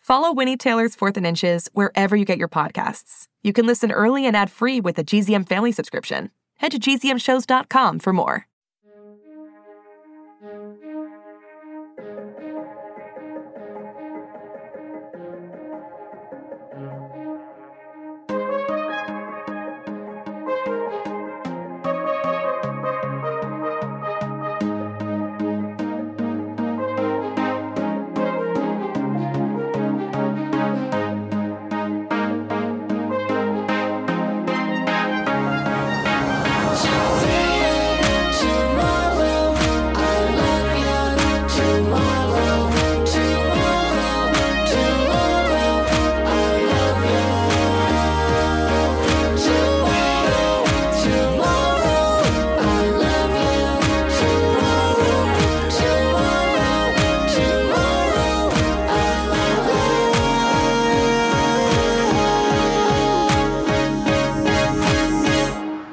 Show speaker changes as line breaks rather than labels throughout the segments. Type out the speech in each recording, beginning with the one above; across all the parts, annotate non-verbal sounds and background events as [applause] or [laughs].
Follow Winnie Taylor's Fourth and Inches wherever you get your podcasts. You can listen early and ad free with a GZM family subscription. Head to gzmshows.com for more.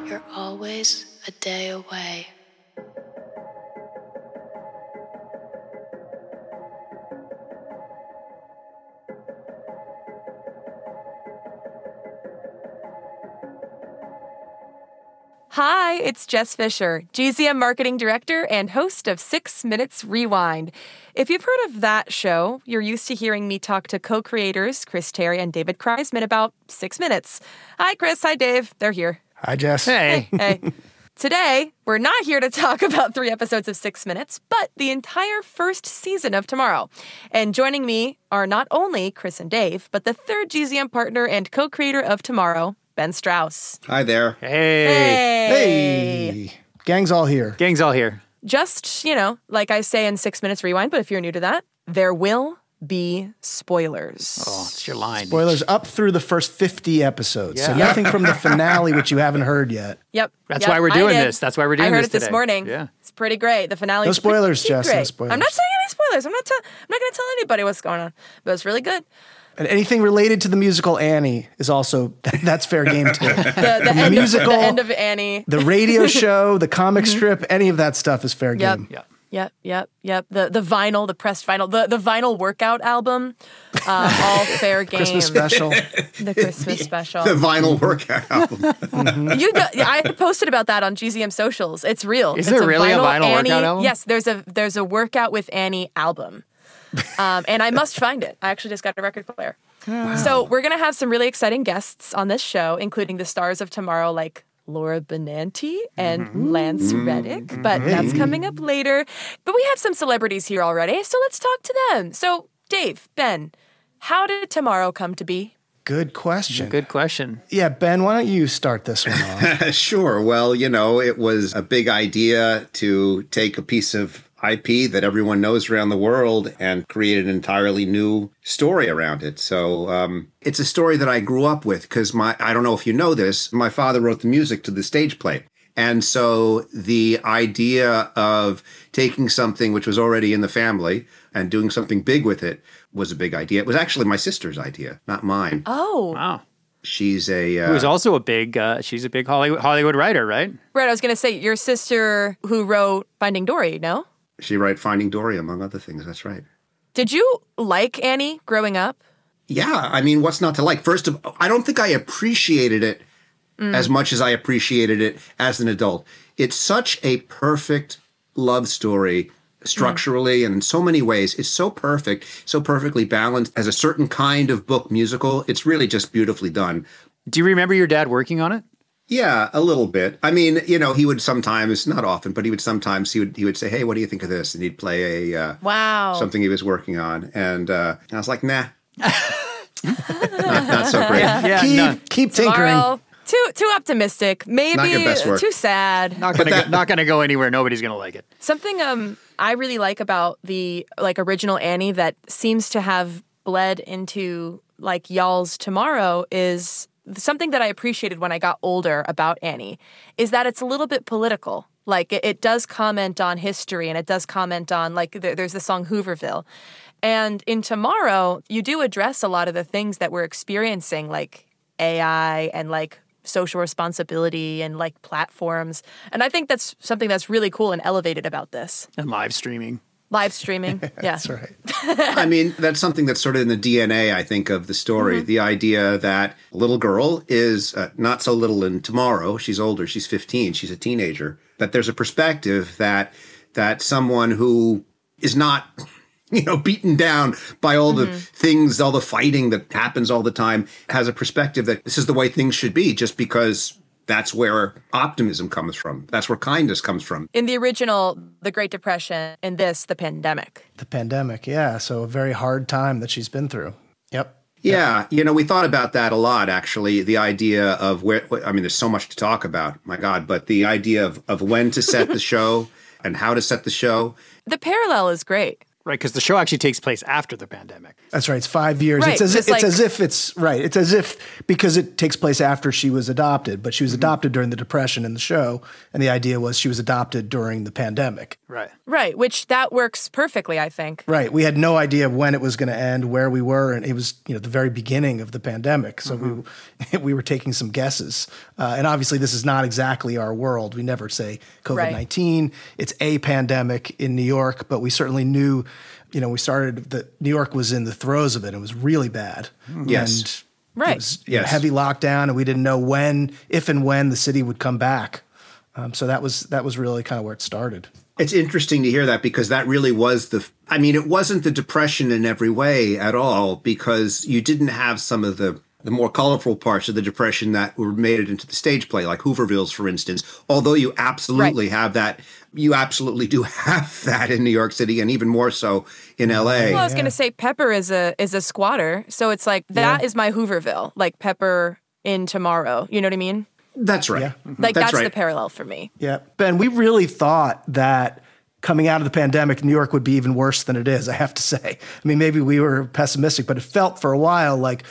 You're always a day away.
Hi, it's Jess Fisher, GZM Marketing Director and host of Six Minutes Rewind. If you've heard of that show, you're used to hearing me talk to co creators Chris Terry and David Kreisman about six minutes. Hi, Chris. Hi, Dave. They're here.
Hi, Jess.
Hey.
Hey. Today, we're not here to [laughs] talk about three episodes of Six Minutes, but the entire first season of Tomorrow. And joining me are not only Chris and Dave, but the third GZM partner and co creator of Tomorrow, Ben Strauss.
Hi there.
Hey.
Hey.
Gang's all here.
Gang's all here.
Just, you know, like I say in Six Minutes Rewind, but if you're new to that, there will be spoilers.
Oh, it's your line.
Spoilers up through the first 50 episodes. So
Yeah.
nothing from the finale, which you haven't heard yet.
Yep.
That's
Yep,
why we're
I
doing
did.
this. That's why we're doing
I heard
this
it this
today.
morning.
Yeah.
It's pretty great. The finale.
No
is pretty
spoilers, Jess, no
great. I'm not
spoilers.
saying any spoilers. I'm not. T- I'm not going to tell anybody what's going on. But it's really
[laughs]
good.
And anything related to the musical Annie is also, that's fair game too.
[laughs] The, the, end
musical-
Of, the end of Annie. [laughs]
the radio show, the comic strip, any of that stuff is fair
Yep.
game.
Yeah.
Yep. Yep. Yep. The the vinyl, the pressed vinyl, the the vinyl workout album. Uh, all fair game.
[laughs] Christmas special.
[laughs] The Christmas special.
The vinyl workout album.
Mm-hmm. You, know- I posted about that on GZM socials. It's real.
Is
It's
there really a vinyl
Annie,
workout album?
Yes, there's a there's a workout with Annie album, um, and I must find it. I actually just got a record player. So we're gonna have some really exciting guests on this show, including the stars of tomorrow, like Laura Benanti and
Mm-hmm.
Lance Reddick. But that's coming up later. But we have some celebrities here already, so let's talk to them. So Dave, Ben, how did tomorrow come to be?
Good question.
Good question.
Yeah, Ben, why don't you start this one
[laughs]
off?
sure. Well, you know, it was a big idea to take a piece of IP that everyone knows around the world and create an entirely new story around it. So um, it's a story that I grew up with because my, I don't know if you know this, my father wrote the music to the stage play. And so the idea of taking something which was already in the family and doing something big with it was a big idea. It was actually my sister's idea, not mine.
Oh,
Wow.
She's a uh,
Who's also a big, uh, she's a big Hollywood, Hollywood writer, right?
Right, I was gonna say your sister who wrote Finding Dory. No,
She wrote Finding Dory, among other things. That's right.
did you like Annie growing up?
Yeah, I mean, what's not to like? First of I don't think I appreciated it Mm.
Mm.
as much as I appreciated it as an adult. It's such a perfect love story structurally
Mm.
and in so many ways. It's so perfect, so perfectly balanced as a certain kind of book musical. It's really just beautifully done.
Do you remember your dad working on it?
Yeah, a little bit. I mean, you know, he would sometimes, not often, but he would sometimes he would he would say, "Hey, what do you think of this?" and he'd play a uh,
Wow.
something he was working on, and uh, I was like,
[laughs]
"Nah." not, not
[laughs]
so great.
Yeah.
keep
no,
keep tinkering.
Tomorrow, too too optimistic. Maybe
your best work.
too sad.
not
[laughs]
gonna go, not gonna go anywhere. Nobody's gonna like it.
Something um I really like about the like original Annie that seems to have bled into like y'all's tomorrow is something that I appreciated when I got older about Annie is that it's a little bit political. Like it, it does comment on history and it does comment on like there, there's the song Hooverville. And in Tomorrow, you do address a lot of the things that we're experiencing, like AI and like social responsibility and like platforms. And I think that's something that's really cool and elevated about this.
And live streaming.
Live streaming. Yeah.
That's right.
[laughs] I mean, that's something that's sort of in the DNA, I think, of the story. The idea that a little girl is uh, not so little in tomorrow. She's older. She's 15. She's a teenager. That there's a perspective that that someone who is not, you know, beaten down by all the things, all the fighting that happens all the time, has a perspective that this is the way things should be, just because that's where optimism comes from. That's where kindness comes from.
In the original, the Great Depression, in this, the pandemic.
The pandemic, yeah. So a very hard time that she's been through. Yep.
Yeah, you know, we thought about that a lot actually. The idea of where I mean, there's so much to talk about, my God, but the idea of, of when to
[laughs]
set the show and how to set the show.
The parallel is great.
Right, because the show actually takes place after the pandemic.
That's right. It's five years.
Right,
it's as
just
it's
like-
as if it's right. It's as if because it takes place after she was adopted, but she was adopted during the depression in the show, and the idea was she was adopted during the pandemic.
Right.
Right, which that works perfectly, I think.
Right. We had no idea when it was going to end, where we were, and it was you know the very beginning of the pandemic. So [laughs] we we were taking some guesses, uh, and obviously this is not exactly our world. We never say COVID nineteen. It's a pandemic in New York, but we certainly knew, you know, we started that New York was in the throes of it. It was really bad.
Yes.
And
Right.
it was you know,
Yes.
heavy lockdown, and we didn't know when, if and when, the city would come back. Um, so that was that was really kind of where it started.
It's interesting to hear that because that really was the I mean, it wasn't the depression in every way at all because you didn't have some of the the more colorful parts of the depression that were made it into the stage play like Hoovervilles for instance, although you absolutely have that you absolutely do [laughs] have that in New York City and even more so in LA.
Well, I was gonna say Pepper is a is a squatter, so it's like that is my Hooverville, like Pepper in Tomorrow. You know what I mean?
That's right.
Yeah.
Like
That's
that's,
right.
the parallel for me.
Yeah. Ben, we really thought that coming out of the pandemic, New York would be even worse than it is, I have to say. I mean, maybe we were pessimistic, but it felt for a while like,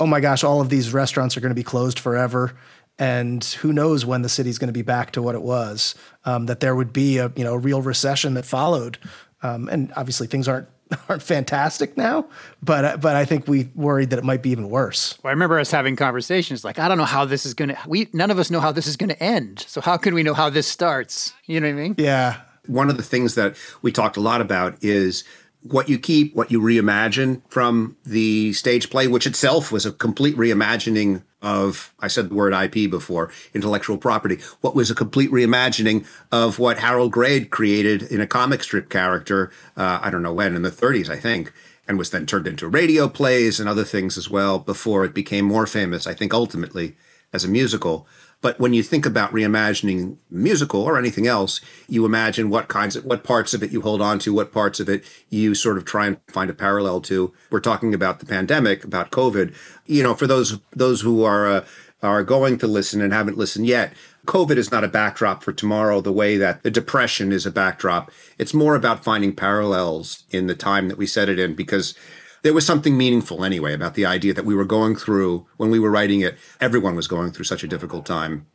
oh my gosh, all of these restaurants are going to be closed forever. And who knows when the city's going to be back to what it was, um, that there would be a you know a real recession that followed. Um, and obviously things aren't [laughs] aren't fantastic now, but uh, but I think we worried that it might be even worse.
Well, I remember us having conversations like, I don't know how this is going to, we, none of us know how this is going to end. So how can we know how this starts? You know what I mean?
Yeah,
one of the things that we talked a lot about is what you keep, what you reimagine from the stage play, which itself was a complete reimagining of, I said the word IP before, intellectual property, what was a complete reimagining of what Harold Grade created in a comic strip character, uh, I don't know when, in the 30s, I think, and was then turned into radio plays and other things as well before it became more famous, I think, ultimately as a musical. But when you think about reimagining musical or anything else, you imagine what kinds of what parts of it you hold on to, what parts of it you sort of try and find a parallel to. We're talking about the pandemic, about COVID. You know, for those those who are uh, are going to listen and haven't listened yet, COVID is not a backdrop for tomorrow the way that the depression is a backdrop. It's more about finding parallels in the time that we set it in because there was something meaningful anyway about the idea that we were going through when we were writing it everyone was going through such a difficult time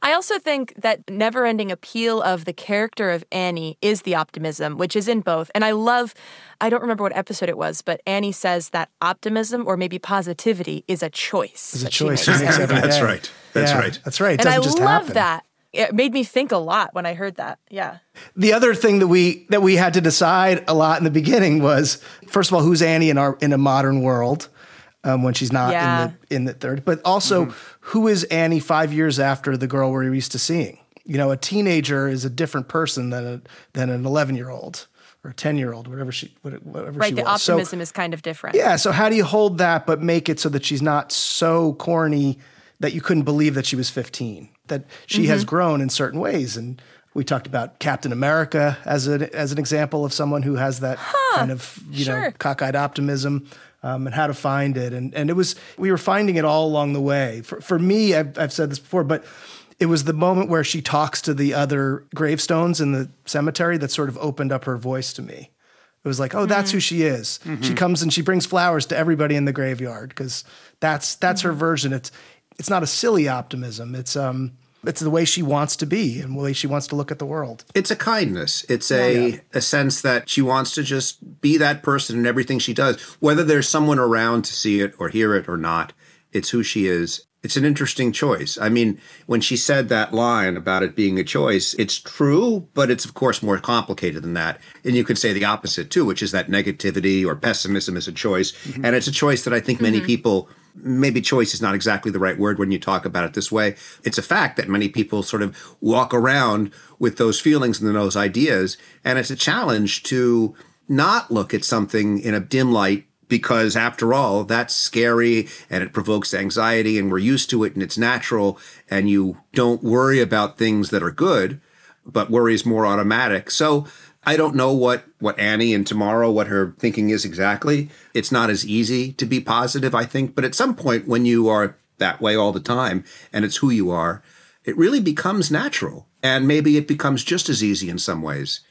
I also think that never ending appeal of the character of Annie is the optimism, which is in both. And I love, I don't remember what episode it was, but Annie says that optimism or maybe positivity is a choice.
it's a
that she
choice.
makes.
she makes every
[laughs] That's
day.
right. That's
Yeah,
right.
That's right. It
And I
doesn't just
love
happen.
that. It made me think a lot when I heard that. Yeah.
the other thing that we that we had to decide a lot in the beginning was first of all who's Annie in our in a modern world um, when she's not
Yeah.
in the in the third, but also who is Annie five years after the girl we're used to seeing. You know, a teenager is a different person than a, than an eleven year old or a ten year old, whatever she what- whatever she
Right. The
was. So-
optimism is kind of different.
yeah. So how do you hold that, but make it so that she's not so corny that you couldn't believe that she was 15? That she has grown in certain ways, and we talked about Captain America as an as an example of someone who has that kind of you know
sure.
cockeyed optimism. Um, and how to find it, and and it was we were finding it all along the way. For for me, I've, I've said this before, but it was the moment where she talks to the other gravestones in the cemetery that sort of opened up her voice to me. It It was like, oh, that's who she is. She comes and she brings flowers to everybody in the graveyard because that's that's her version. It's it's not a silly optimism. It's um it's the way she wants to be and the way she wants to look at the world.
It's a kindness. It's a a sense that she wants to just be that person in everything she does, whether there's someone around to see it or hear it or not. It's who she is. It's an interesting choice. I mean, when she said that line about it being a choice, it's true, but it's of course more complicated than that. And you could say the opposite too, which is that negativity or pessimism is a choice, and it's a choice that I think many people maybe choice is not exactly the right word when you talk about it this way. It's a fact that many people sort of walk around with those feelings and those ideas. And it's a challenge to not look at something in a dim light because, after all, that's scary and it provokes anxiety and we're used to it and it's natural. And you don't worry about things that are good, but worry is more automatic. So, I don't know what what Annie and tomorrow what her thinking is exactly. It's not as easy to be positive, I think, but at some point when you are that way all the time and it's who you are, it really becomes natural. And maybe it becomes just as easy in some ways.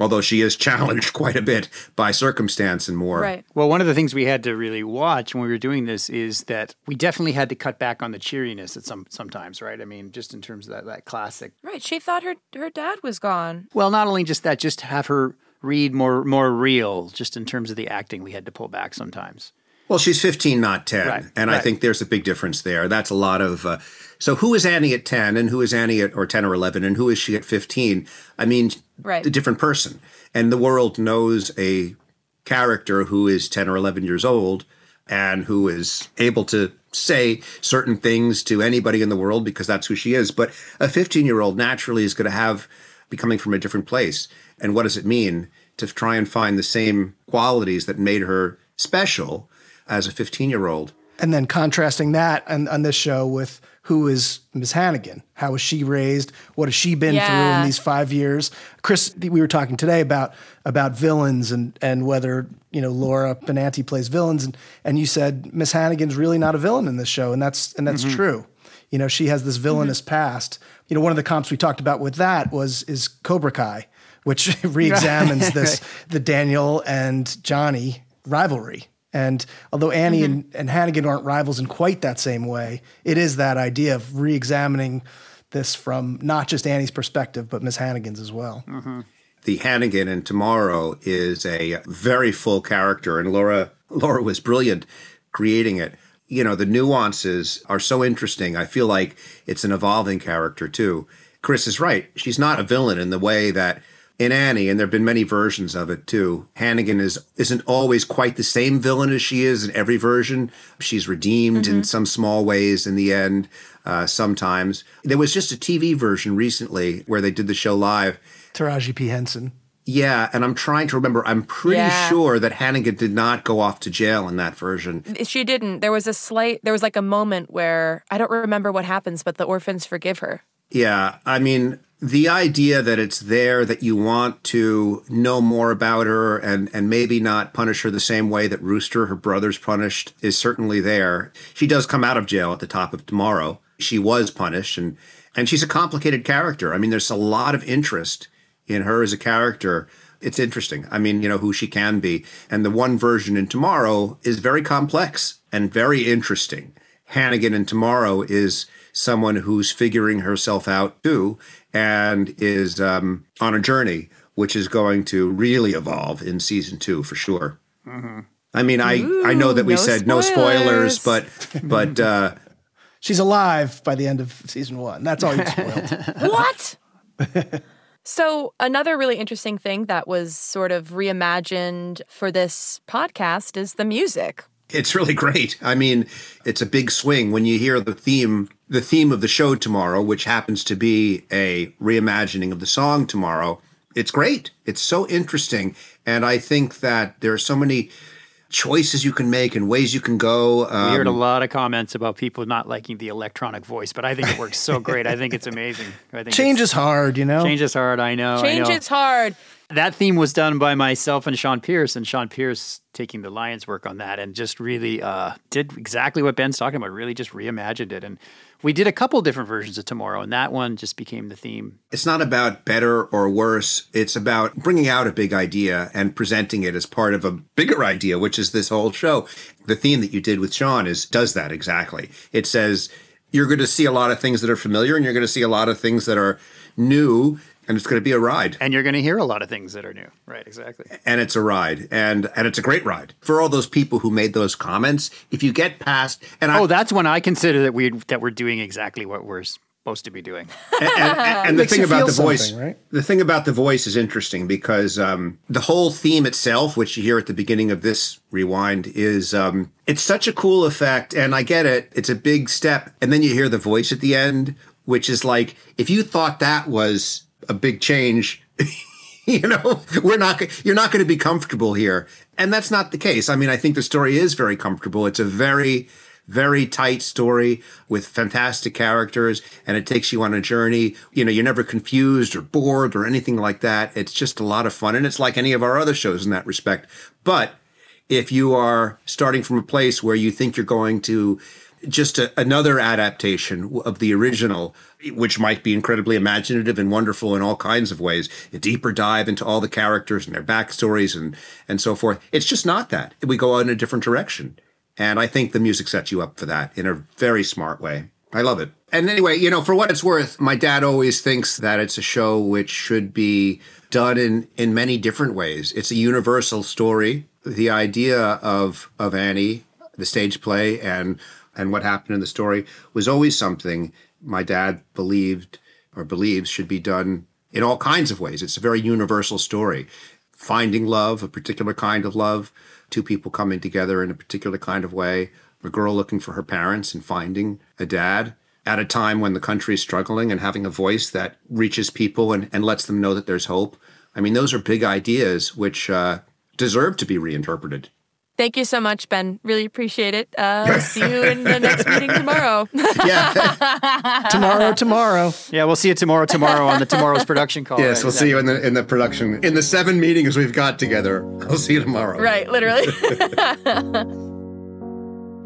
Although she is [laughs] challenged quite a bit by circumstance and more.
Right.
Well, one of the things we had to really watch when we were doing this is that we definitely had to cut back on the cheeriness at some sometimes, right? I mean, just in terms of that, that classic
Right. She thought her her dad was gone.
Well, not only just that, just have her read more more real, just in terms of the acting we had to pull back sometimes.
Well, she's 15, not 10.
Right,
and I
right.
think there's a big difference there. That's a lot of. Uh, so, who is Annie at 10 and who is Annie at or 10 or 11 and who is she at 15? I mean,
Right.
a different person. And the world knows a character who is 10 or 11 years old and who is able to say certain things to anybody in the world because that's who she is. But a 15 year old naturally is going to have be coming from a different place. And what does it mean to try and find the same qualities that made her special as a 15 year old?
And then contrasting that and on this show with who is Ms. Hannigan? How was she raised? What has she been through in
Yeah.
these five years? Chris, we were talking today about about villains and and whether you know Laura Benanti plays villains, and and you said Miss Hannigan's really not a villain in this show, and that's and that's true. You know, she has this villainous past. You know, one of the comps we talked about with that was is Cobra Kai, which [laughs] reexamines [laughs] this the Daniel and Johnny rivalry. And although Annie and, and Hannigan aren't rivals in quite that same way, it is that idea of reexamining this from not just Annie's perspective, but Miss Hannigan's as well.
the Hannigan in Tomorrow is a very full character, and Laura Laura was brilliant creating it. You know, the nuances are so interesting. I feel like it's an evolving character too. Chris is right; she's not a villain in the way that in Annie, and there have been many versions of it too. Hannigan is isn't always quite the same villain as she is in every version. She's redeemed in some small ways in the end. Uh, sometimes there was just a TV version recently where they did the show live,
Taraji P. Henson.
yeah, and I'm trying to remember. I'm pretty
Yeah.
sure that Hannigan did not go off to jail in that version.
She didn't. There was a slight there was like a moment where I don't remember what happens, but the orphans forgive her.
Yeah, I mean, the idea that it's there that you want to know more about her and and maybe not punish her the same way that Rooster, her brother's punished, is certainly there. She does come out of jail at the top of tomorrow. She was punished and and she's a complicated character. I mean, there's a lot of interest in her as a character. It's interesting. I mean, you know, who she can be. And the one version in Tomorrow is very complex and very interesting. Hannigan in Tomorrow is someone who's figuring herself out too and is um, on a journey, which is going to really evolve in season two for sure.
Mm-hmm.
I mean, I, I know that we
no
said no spoilers,
spoilers.
but but uh,
She's alive by the end of season one. That's all you [laughs] spoiled.
what? so, another really interesting thing that was sort of reimagined for this podcast is the music.
It's really great. I mean, it's a big swing when you hear the theme, the theme of the show tomorrow, which happens to be a reimagining of the song tomorrow. It's great. It's so interesting. And I think that there are so many choices you can make and ways you can go. Um,
We heard a lot of comments about people not liking the electronic voice, but I think
[laughs]
it works so great. I think it's amazing. I think
Change
it's-
is hard, you know?
change is hard. I know. I
Change
know.
is hard.
That theme was done by myself and Sean Pierce, and Sean Pierce taking the Lions work on that and just really uh, did exactly what Ben's talking about, really just reimagined it. And we did a couple different versions of Tomorrow, and that one just became the theme.
It's not about better or worse. It's about bringing out a big idea and presenting it as part of a bigger idea, which is this whole show. The theme that you did with Sean is does that exactly. It says you're going to see a lot of things that are familiar and you're going to see a lot of things that are new and it's going to be a ride.
And you're going to hear a lot of things that are new. Right, exactly.
and it's a ride and and it's a great ride for all those people who made those comments if you get past and i
Oh, that's when I consider that we that we're doing exactly what we're supposed to be doing.
and, and- and the
Makes
thing
you
about
feel
the voice
something, right?
the thing about the voice is interesting because um, the whole theme itself which you hear at the beginning of this rewind is um, it's such a cool effect and i get it it's a big step and then you hear the voice at the end which is like if you thought that was a big change [laughs] you know we're not go- you're not going to be comfortable here and that's not the case i mean i think the story is very comfortable it's a very very tight story with fantastic characters and it takes you on a journey you know you're never confused or bored or anything like that it's just a lot of fun and it's like any of our other shows in that respect but if you are starting from a place where you think you're going to just a, another adaptation w- of the original, which might be incredibly imaginative and wonderful in all kinds of ways, a deeper dive into all the characters and their backstories and and so forth. It's just not that. We go out in a different direction, and I think the music sets you up for that in a very smart way. I love it. And anyway, you know, for what it's worth, my dad always thinks that it's a show which should be done in in many different ways. It's a universal story. The idea of of Annie, the stage play, and and what happened in the story was always something my dad believed or believes should be done in all kinds of ways. It's a very universal story finding love, a particular kind of love, two people coming together in a particular kind of way, a girl looking for her parents and finding a dad at a time when the country is struggling and having a voice that reaches people and, and lets them know that there's hope. I mean, those are big ideas which uh, deserve to be reinterpreted.
Thank you so much, Ben. Really appreciate it. Uh, see you in the next meeting tomorrow.
Yeah.
[laughs]
Tomorrow, tomorrow.
[laughs] yeah, we'll see you tomorrow. Tomorrow on the tomorrow's production call.
yes, we'll see you in the in the production in the seven meetings we've got together. I'll see you tomorrow.
right, literally.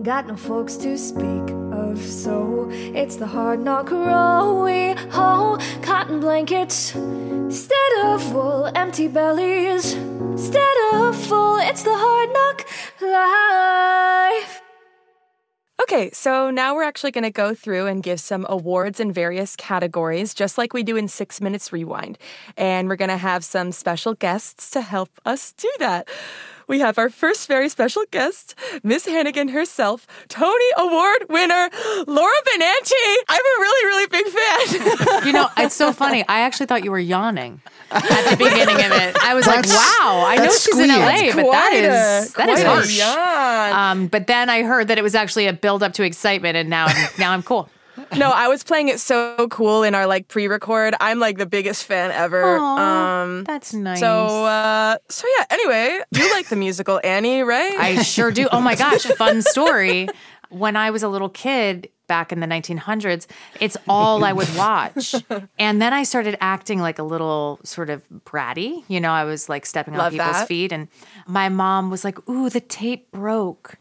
Got no folks to speak of, so it's the hard knock row we hoe. Cotton blankets, instead of wool, empty bellies, instead of full, it's the hard knock life.
Okay, so now we're actually going to go through and give some awards in various categories, just like we do in Six Minutes Rewind. And we're going to have some special guests to help us do that. We have our first very special guest, Miss Hannigan herself, Tony Award winner, Laura Benanti. I'm a really, really big fan.
[laughs] You know, it's so funny. I actually thought you were yawning at the beginning of it. I was like,
That's-
wow, I know
that's
she's in
squeal.
LA, but that is that is
quite a
harsh.
yawn.
Um, but then I heard that it was actually a build up to excitement, and now I'm, now I'm cool.
[laughs] No, I was playing it so cool in our like pre-record. I'm like the biggest fan ever.
Aw,
um
That's nice.
So, uh, so yeah. Anyway, you like the musical Annie, right?
I sure do. Oh my gosh, fun story. When I was a little kid back in the 1900s, it's all I would
[laughs]
watch. And then I started acting like a little sort of bratty. You know, I was like stepping on
Love
people's
that.
feet. And my mom was like, Ooh, the tape broke.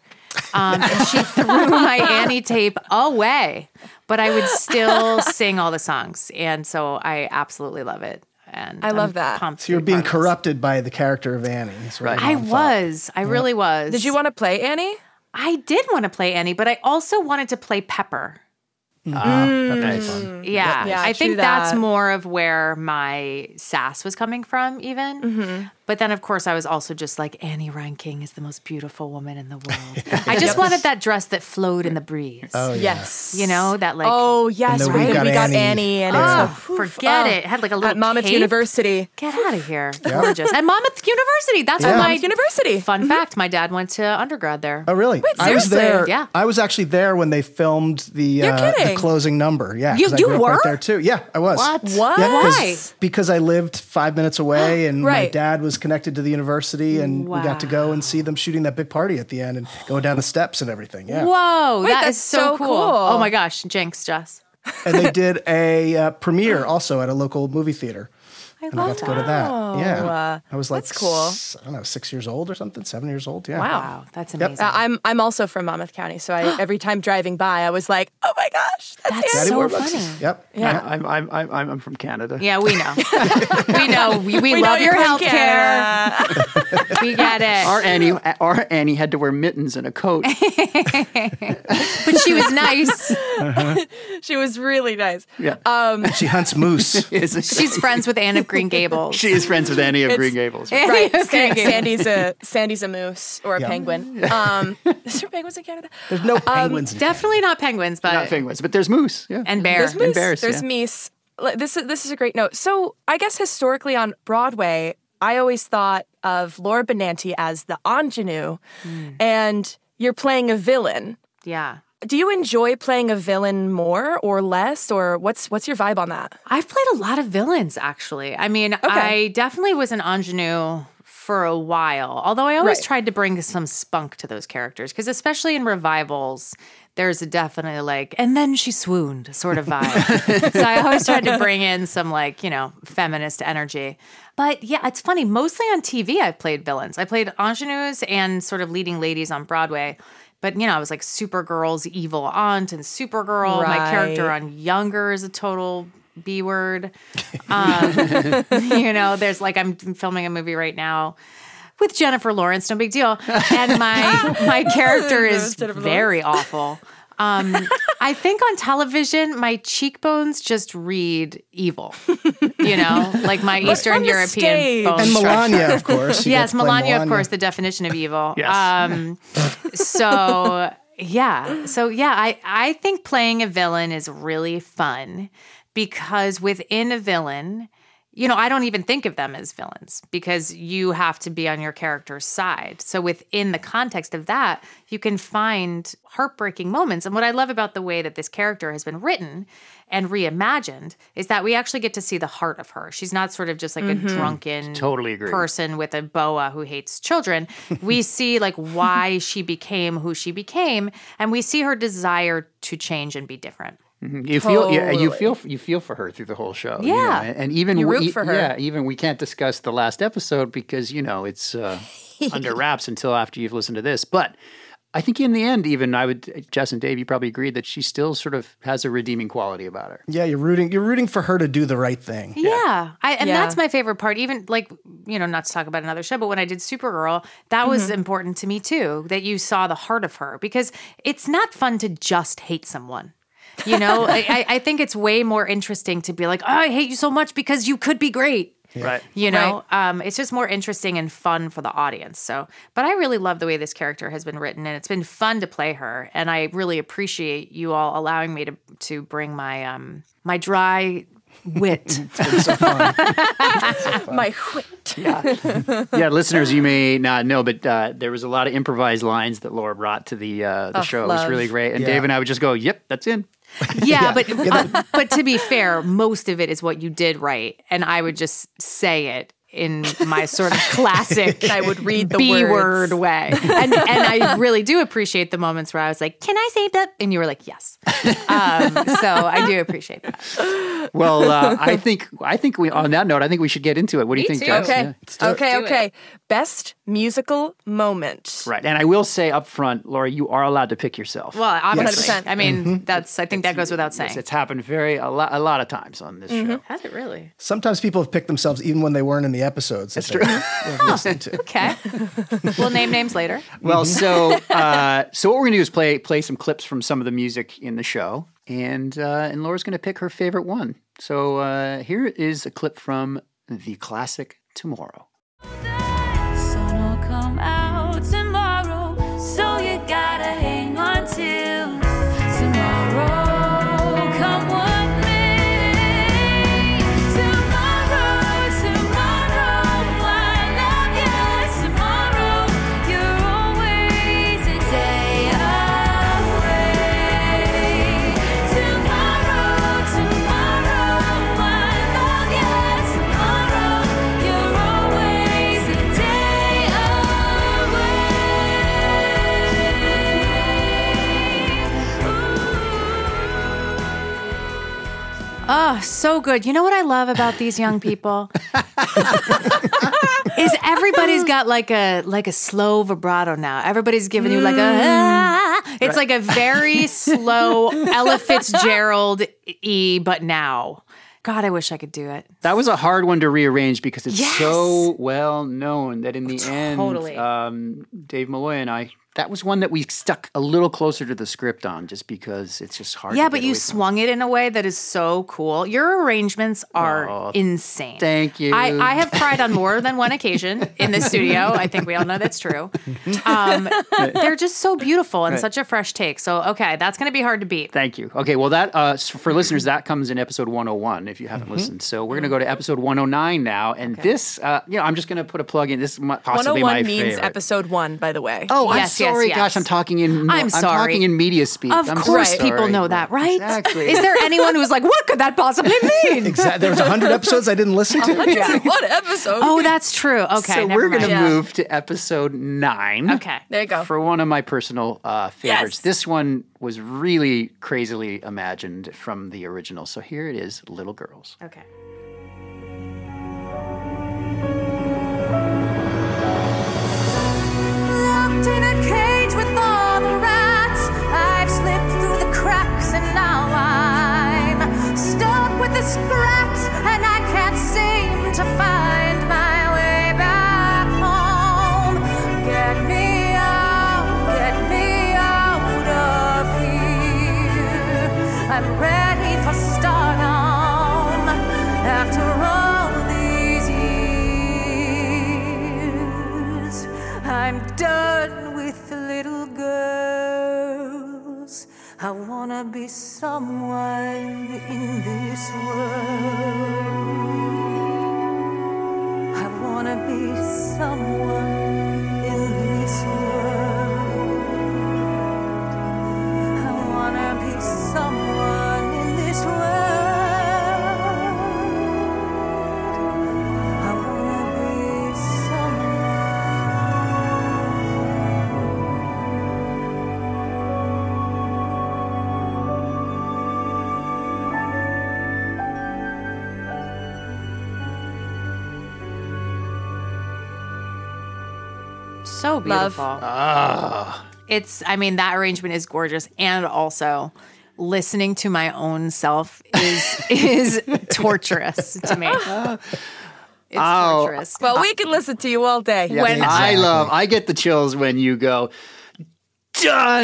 Um, and she [laughs] threw my Annie tape away. But I would still sing all the songs. And so I absolutely love it. And
I love
I'm
that.
pumped to
You're
be
being
part of this.
corrupted by the character of Annie. That's right.
I was. I really was.
Did you want to play Annie?
I did want to play Annie, but I also wanted to play Pepper.
Mm-hmm.
Uh,
Ah,
Mm. Yeah.
Yeah,
I
Mm. true
think that's
that.
more of where my sass was coming from, even.
Mm-hmm.
Mm-hmm.
But then, of course, I was also just like, Annie Ranking is the most beautiful woman in the
[laughs]
world. I just wanted that dress that flowed in the breeze.
Oh,
Yes.
You know, that like,
Oh yes,
then
right.
we've got
we got Annie,
Annie.
and
oh,
it's the, oof,
forget
oh,
it. Had like a little
at Monmouth
cape.
University.
Get out of here. Gorgeous. At Monmouth University. That's
Yeah.
where my
Monmouth University. Mm-hmm.
Fun fact my dad went to undergrad there.
Oh, really? I was
seriously?
there.
Yeah.
I was actually there when they filmed the uh, the
kidding.
closing number. Yeah. 'cause
You-
I
you
grew up right
were?
there too. Yeah, I was.
What?
What?
Yeah, 'cause-
Why?
Because I lived five minutes
[gasps]
away, and my
Right.
dad was connected to the university, and we got to go and see them shooting that big party at the end and going down the steps and everything. Yeah.
Whoa, that
that's
is so,
so
cool.
cool.
Oh my gosh, Jinx, Jess.
and they did a uh, premiere also at a local movie theater.
I
and I got
love
to go to that. Yeah,
Wow.
I was like,
That's cool.
s- I don't know, six years old or something, seven years old. Yeah.
Wow.
Wow, that's
Yep.
amazing.
Uh, I'm I'm also from Monmouth County, so
[gasps]
I, every time driving by, I was like, "Oh my gosh, that's,
That's
it.
Daddy
so
Warbucks is-
funny.
Yep.
Yeah.
I'm, I'm, I'm, I'm I'm from Canada.
Yeah, we
[laughs]
know.
[laughs]
we know. We, we
We know
love
you're from
your health care.
Canada.
We get
Our
it.
Annie, our Annie had to wear mittens and a
[laughs]
coat.
But she [laughs] was nice.
[laughs] She was really nice.
Yeah,
She hunts
[laughs]
moose.
she's
Um, She's friends with Anne of Green Gables.
[laughs] she is friends with Annie of Green Gables. right?
Right. San- Sandy's a Sandy's a moose or a
Yeah.
[laughs]
penguin. Um, is there penguins in Canada?
There's no penguins. in
Um, Definitely not penguins, but
Not penguins, but there's moose. Yeah,
and bear.
There's moose.
bears,
there's
yeah.
meese. Like, This is this is a great note. So I guess historically on Broadway, I always thought of Laura Benanti as the ingenue, and you're playing a villain.
Yeah.
Do you enjoy playing a villain more or less, or what's what's your vibe on that?
I've played a lot of villains, actually. I mean, I definitely was an ingenue for a while, although I always
Right.
tried to bring some spunk to those characters, because especially in revivals, there's a definitely like, and then she swooned sort of vibe. so I always tried to bring in some like, you know, feminist energy. But yeah, it's funny. Mostly on TV, I've played villains. I played ingenues and sort of leading ladies on Broadway. But, you know, I was like Supergirl's evil aunt and Supergirl. My character
Right.
on Younger is a total B word. Um, [laughs] you know, there's like I'm filming a movie right now with Jennifer Lawrence, no big deal. And my [laughs]
[laughs]
my character is very awful. Um, I think on television, my cheekbones just read evil.
[laughs]
You [laughs] know, like my Eastern
from the
European
stage.
bone
And
structure.
Melania,
[laughs]
of course. You get
Yes,
to play
Melania, of course, the definition of evil.
Yes.
[laughs]
Um, so yeah, so yeah, I I think playing a villain is really fun because within a villain, you know, I don't even think of them as villains because you have to be on your character's side. So within the context of that, you can find heartbreaking moments. And what I love about the way that this character has been written and reimagined is that we actually get to see the heart of her. She's not sort of just like a drunken
Totally agree.
person with a boa who hates children.
[laughs]
We see like why she became who she became, and we see her desire to change and be different.
Mm-hmm. You feel yeah, you feel you feel for her through the whole show. you know,
Yeah.
and, and even
You
we-
root for her.
Yeah, even we can't discuss the last episode because you know
[laughs]
it's uh, under wraps until after you've listened to this. But I think in the end, even I would Jess and Dave, you probably agreed that she still sort of has a redeeming quality
[laughs]
about her.
Yeah, you're rooting. You're rooting for her to do the right thing.
Yeah. I, and
Yeah.
that's my favorite part. Even like, you know, not to talk about another show, but when I did Supergirl, that was important to me too, that you saw the heart of her because it's not fun to just hate someone. You
[laughs]
know, I, I-
[laughs]
I think it's way more interesting to be like, oh, I hate you so much because you could be great.
Right.
You know, um, it's just more interesting and fun for the audience. So, but I really love the way this character has been written, and it's been fun to play her. And I really appreciate you all allowing me to to bring my um my dry wit.
My wit. [laughs]
yeah, listeners, you may not know, but uh, there was a lot of improvised lines that Laura brought to the uh, the show. It was
love.
really great, and Dave and I would just go, "Yep, that's in."
yeah, but uh, but to be fair, most of it is what you did right, and I would just say it in my sort
[laughs]
of classic.
I would read the
B
words.
word way. And, and I really do appreciate the moments where I was like, can I say that? And you were like, yes. Um, so I do appreciate that.
Well, uh,
[laughs]
I think I think we on that note, I think we should get into it. What do you
Me
think,
too.
Jess?
Okay.
Yeah.
Okay. Okay. Best musical moment.
Right. And I will say up front, Laura, you are allowed to pick yourself.
Well, obviously.
100%.
I mean,
Mm-hmm.
that's, I think that goes without saying.
It's, it's happened very a lot, a lot of times on this
Mm-hmm.
show.
Has it really?
Sometimes people have picked themselves even when they weren't in the episodes. That's true.
[laughs]
to.
Okay. we'll name names later. [laughs]
Well, so uh, so what we're gonna do is play play some clips from some of the music in the show, and uh, and Laura's gonna pick her favorite one. So uh, here is a clip from the classic "Tomorrow."
Sun will come out tomorrow, so you gotta hang on till tomorrow. Come what may. Tomorrow, tomorrow, I love you. Tomorrow, you're always a day away. Tomorrow, tomorrow, I love you. Tomorrow, you're always.
Oh, so good. You know what I love about these young people? is everybody's got like a like a slow vibrato now. Everybody's giving you like a ah. It's like a very slow Ella Fitzgerald E but now. God, I wish I could do it.
That was a hard one to rearrange because it's
Yes.
so well known that in the end,
Totally.
um, Dave Malloy and I, that was one that we stuck a little closer to the script on just because it's just hard.
Yeah,
to
but
get
you
away from.
swung it in a way that is so cool. Your arrangements are
Oh,
insane.
thank you.
I, I have cried on more than one occasion in the studio. I think we all know that's true. Um, they're just so beautiful and such a fresh take. So, okay, that's going to be hard to beat.
Thank you. Okay, well, that uh, s- for listeners, that comes in episode 101 if you haven't
Mm-hmm.
listened. So we're going to go to episode 109 now. And this, uh, you know, I'm just going to put a plug in. This is my,
101
possibly
oh
my
means
favorite.
episode one, by the way.
Oh, I'm
Yes, yes,
sorry.
yes.
Gosh, I'm talking in.
I'm sorry.
talking in media speak.
Of
I'm so
course,
sorry.
people know that, right?
Exactly.
Is there anyone who's like, what could that
[laughs]
possibly mean?
Exactly. There was 100 episodes I didn't listen to. [laughs]
what episode?
Oh, that's true. Okay,
so
never
we're going to
mind.
Yeah.
move to episode nine.
Okay.
there you go.
For one of my personal uh, favorites.
Yes.
This one was really crazily imagined from the original. So here it is Little Girls.
Okay.
Locked in a cage with all the rats. I've slipped through the cracks and now I'm stuck with the scraps and I can't seem to find my way back home. Get me out, get me out of here. I'm ready for stardom after all these years. I'm done with the little girls. I wanna be someone in this world. I wanna be someone in this world. I wanna be someone in this world. I wanna be someone.
So beautiful.
Ah.
It's, I mean, that arrangement is gorgeous. And also, listening to my own self is [laughs] is torturous to me. It's torturous.
[laughs] well, we can listen to you all day. [laughs]
When I love, Oh, I get the chills when you go. Done.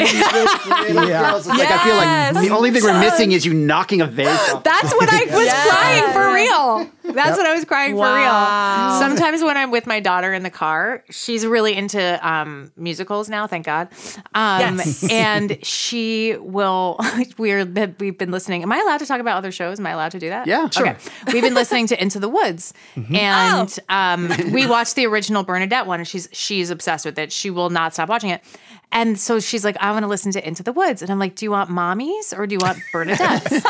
[laughs]
with Little
Yeah.
Girls. It's like I feel
Yes.
like the only thing we're missing is you knocking
[laughs]
a vase off.
That's what I was
Yes.
crying for real. That's what I was crying
Wow.
for real. Sometimes when I'm with my daughter in the car, she's really into um, musicals now, thank God. Um,
Yes.
And she will, [laughs] we're, that we've been listening. Am I allowed to talk about other shows? Am I allowed to do that?
Yeah, sure. Mm-hmm.
Okay. We've been listening to Into the Woods. And um, we watched the original Bernadette one, and she's she's obsessed with it. She will not stop watching it. And so she's like, I want to listen to Into the Woods. And I'm like, Do you want mommies or do you want Bernadette's?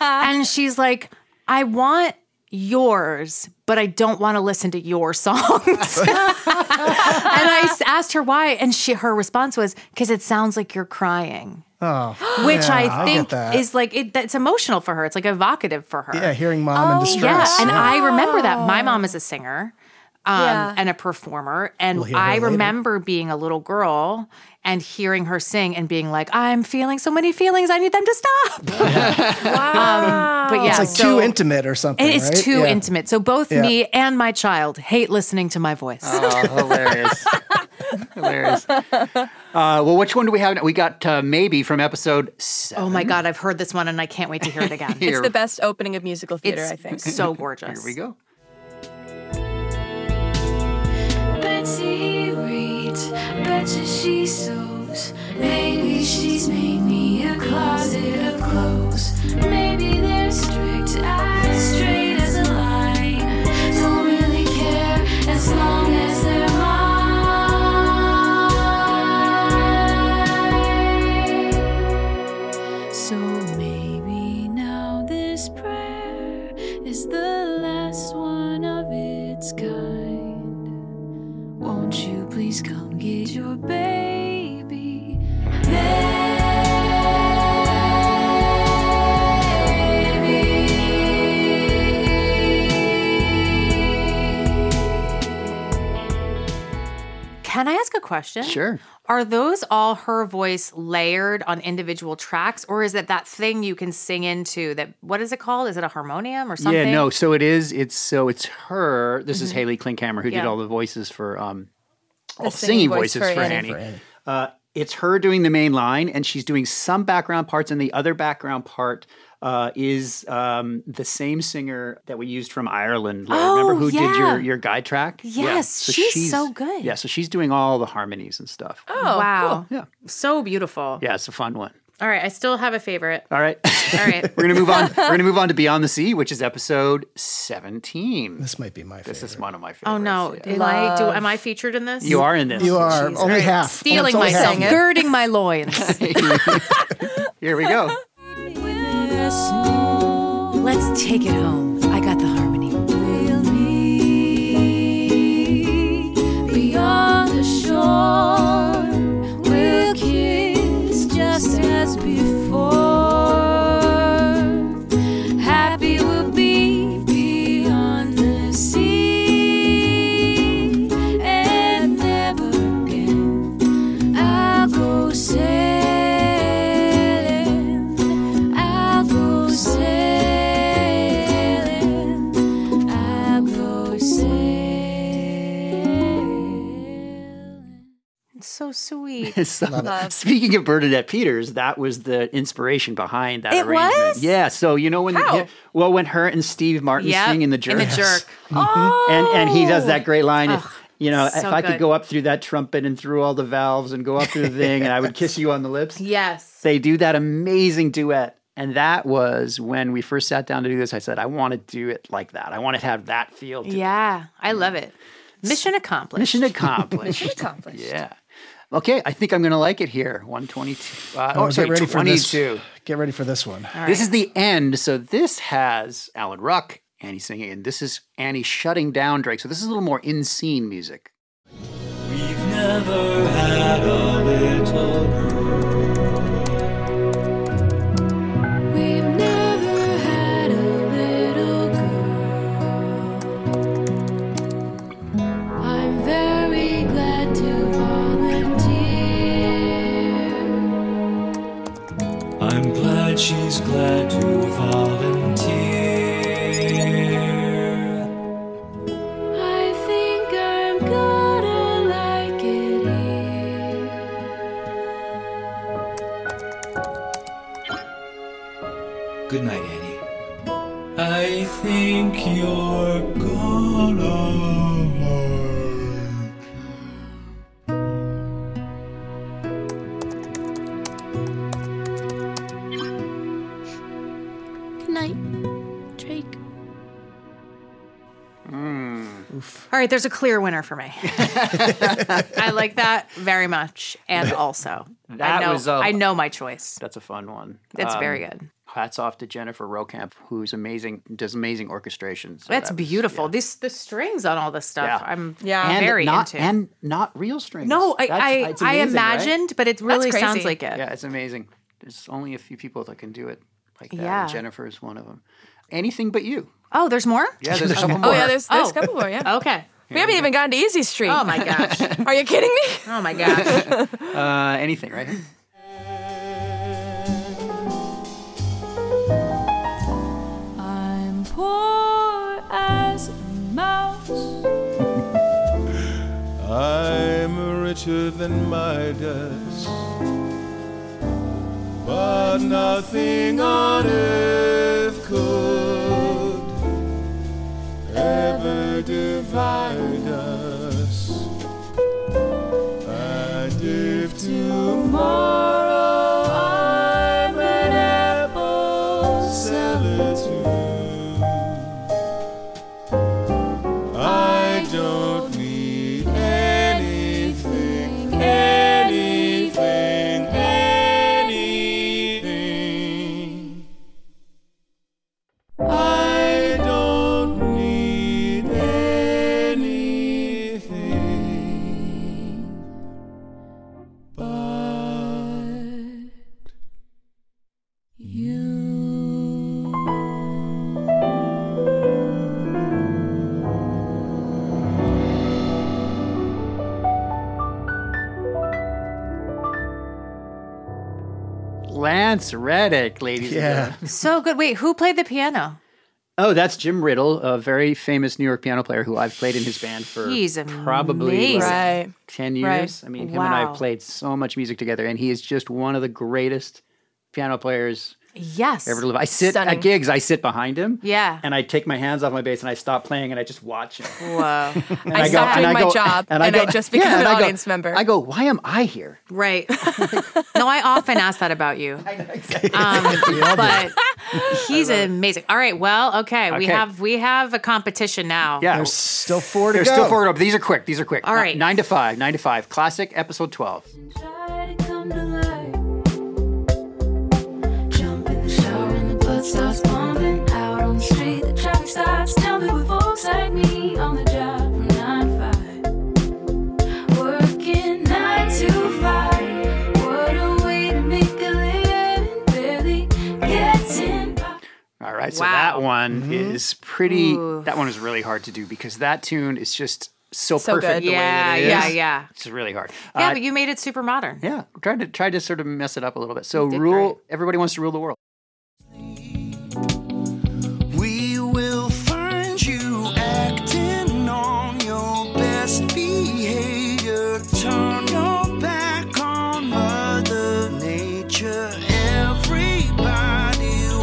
and she's like, I want yours, but I don't want to listen to your songs. and
[laughs]
I s- asked her why, and she her response was, "Because it sounds like you're crying."
Oh,
Which I think
that.
is like it, that's emotional for her. It's like evocative for her.
Yeah, hearing mom in distress.
Oh, Yeah, and I remember that. My mom is a singer um,
Yeah.
and a performer, and
hear her
I
later.
remember being a little girl and hearing her sing and being like, "I'm feeling so many feelings. I need them to
[laughs]
stop." wow. Um, but yeah,
It's like
so
too intimate or something.
It is
right?
too
Yeah.
intimate. So both
Yeah.
me and my child hate listening to my voice.
Oh,
[laughs]
hilarious. hilarious. Uh, well, which one do we have? now? We got uh, maybe from episode seven.
oh my god, I've heard this one and I can't wait to hear it [laughs] again.
It's the best opening of musical theater, I think.
[laughs] so gorgeous.
Here we go.
Betsy reads, betcha she sews. Maybe she's made me a closet of clothes. Maybe they're strict, I'm straight as a line. Don't really care as long as they're mine. So maybe now this prayer is the last one of its kind. Won't you please come get your baby? There
question?
Sure.
Are those all her voice layered on individual tracks, or is it that thing you can sing into? That what is it called? Is it a harmonium or something? Mm-hmm.
Yeah, no. So it is. It's so it's her. This is Haley Klinkhammer who
Yeah.
did all the voices for um, all the
singing
singing
voice
voices
for
for,
Annie.
Annie. Uh, it's her doing the main line, and she's doing some background parts, and the other background part. Uh, is um, the same singer that we used from Ireland? Laura. Remember
Oh,
who did
yeah.
your your guide track?
Yes, she's so good.
Yeah, so she's doing all the harmonies and stuff.
Oh,
wow.
cool. Yeah.
So beautiful.
Yeah, it's a fun one.
All right, I still have a favorite.
All right,
All right.
[laughs] we're gonna move on.
[laughs]
We're gonna move on to Beyond the Sea, which is episode seventeen.
This might be my favorite.
This is one of my favorites.
Oh no!
yeah.
Am I, do, am I featured in this?
you are in this.
you are only half.
stealing
Only half.
myself, girding my loins.
[laughs]
Here we go.
Let's take it home. I got the harmony.
Beyond the shore, we'll kiss just as before. Happy we'll be beyond the sea, and never again I'll go sailing. I'll go sailing. I'll go sailing.
It's so
[laughs]
sweet.
So, speaking of Bernadette Peters, that was the inspiration behind that arrangement.
was?
Yeah. So you know when
How?
The, yeah, well when her and Steve Martin
Yep,
sing in the jerk,
In the jerk. Oh,
Oh,
[laughs] and and he does that great line. if- you know,
so
if I
good.
could go up through that trumpet and through all the valves and go up through the thing, and I would kiss you on the
[laughs]
lips.
[laughs] Yes.
They do that amazing duet. And that was when we first sat down to do this. I said, I want to do it like that. I want to have that feel to it."
Yeah, I love it. Mission accomplished. [laughs]
Mission accomplished.
accomplished.
Yeah. Okay, I think I'm going to like it here. 122. Uh,
Oh,
oh, sorry,
get ready for this.
22.
Get ready for this one.
This is the end. So this has Alan Ruck, Annie singing, and this is Annie shutting down Drake. So this is a little more in scene music.
We've never had a little room.
We've never had a little girl. I'm very glad to volunteer.
I'm glad she's glad to volunteer.
I think I'm gonna like it here.
Good night, Annie. I think you're gonna like
Good night, Drake.
All right, there's a clear winner for
[laughs]
me. I like that very much. And also,
That
I know,
was, um,
I know my choice.
That's a fun one.
It's
Um,
very good.
Hats off to Jennifer Rokamp, who's amazing, does amazing orchestration. So
That's
that was-
beautiful. These the strings on all this stuff.
Yeah.
I'm
Yeah.
And
very
not,
into.
And not real strings.
no, I
That's-
I,
it's
I
amazing, right?
imagined, but it really
crazy.
sounds like it.
Yeah, it's amazing. There's only a few people that can do it like that.
Yeah.
And Jennifer is one of them. Anything but you.
Oh, there's more.
Yeah, [laughs] there's a couple more.
Oh yeah, there's there's
Oh.
a couple more. Yeah,
Okay.
we haven't even gotten to Easy Street. [laughs]
Oh my gosh.
Are you kidding me?
Oh my gosh.
uh, anything, right?
I'm poor as a mouse.
I'm richer than my debts, but nothing on earth could ever divide us. And if tomorrow I'm an apple seller too, I don't need anything, anything, anything. I don't need anything but.
Lance Reddick, ladies and
Yeah.
[laughs]
gentlemen.
so good. Wait, who played the piano?
Oh, that's Jim Riddle, a very famous New York piano player who I've played in his band for
He's
probably like,
amazing.
Right.
10
Right.
years. I mean, him and I
Wow.
have played so much music together, and he is just one of the greatest piano players
Yes.
ever to live. I sit
Stunning.
at gigs, I sit behind him.
Yeah.
And I take my hands off my bass and I stop playing and I just watch him. [laughs]
Whoa.
And
I
go-
stopped
and
doing
I
my
go-
job and I,
go-
just became
yeah,
an
and I go-
audience member.
I go, why am I here?
Right. [laughs] no, I often ask that about you. Um, but he's amazing. All right. Well, okay, We
Okay.
have we have a competition now.
Yeah.
There's still four to
There's
go.
still four to go, but these are quick. These are quick.
All right.
Nine to five, nine to five. Classic episode 12.
Try to come to life. Jump in the shower and the blood starts pumping. Out on the street, the traffic stops. Jumping with folks like me on the job from nine to five. Working nine to five. What a way to make a living. Barely getting by.
All right, so
Wow.
that one is pretty.
Ooh.
That one was really hard to do because that tune is just so,
So
perfect.
good.
The
Yeah,
way that it
yeah,
is.
yeah.
It's really hard.
Yeah,
Uh,
but you made it super modern.
yeah. Tried to tried to sort of mess it up a little bit. So
did
rule.
great.
Everybody wants to rule the world.
We will find you acting on your best behavior. Turn your back on Mother Nature. Everybody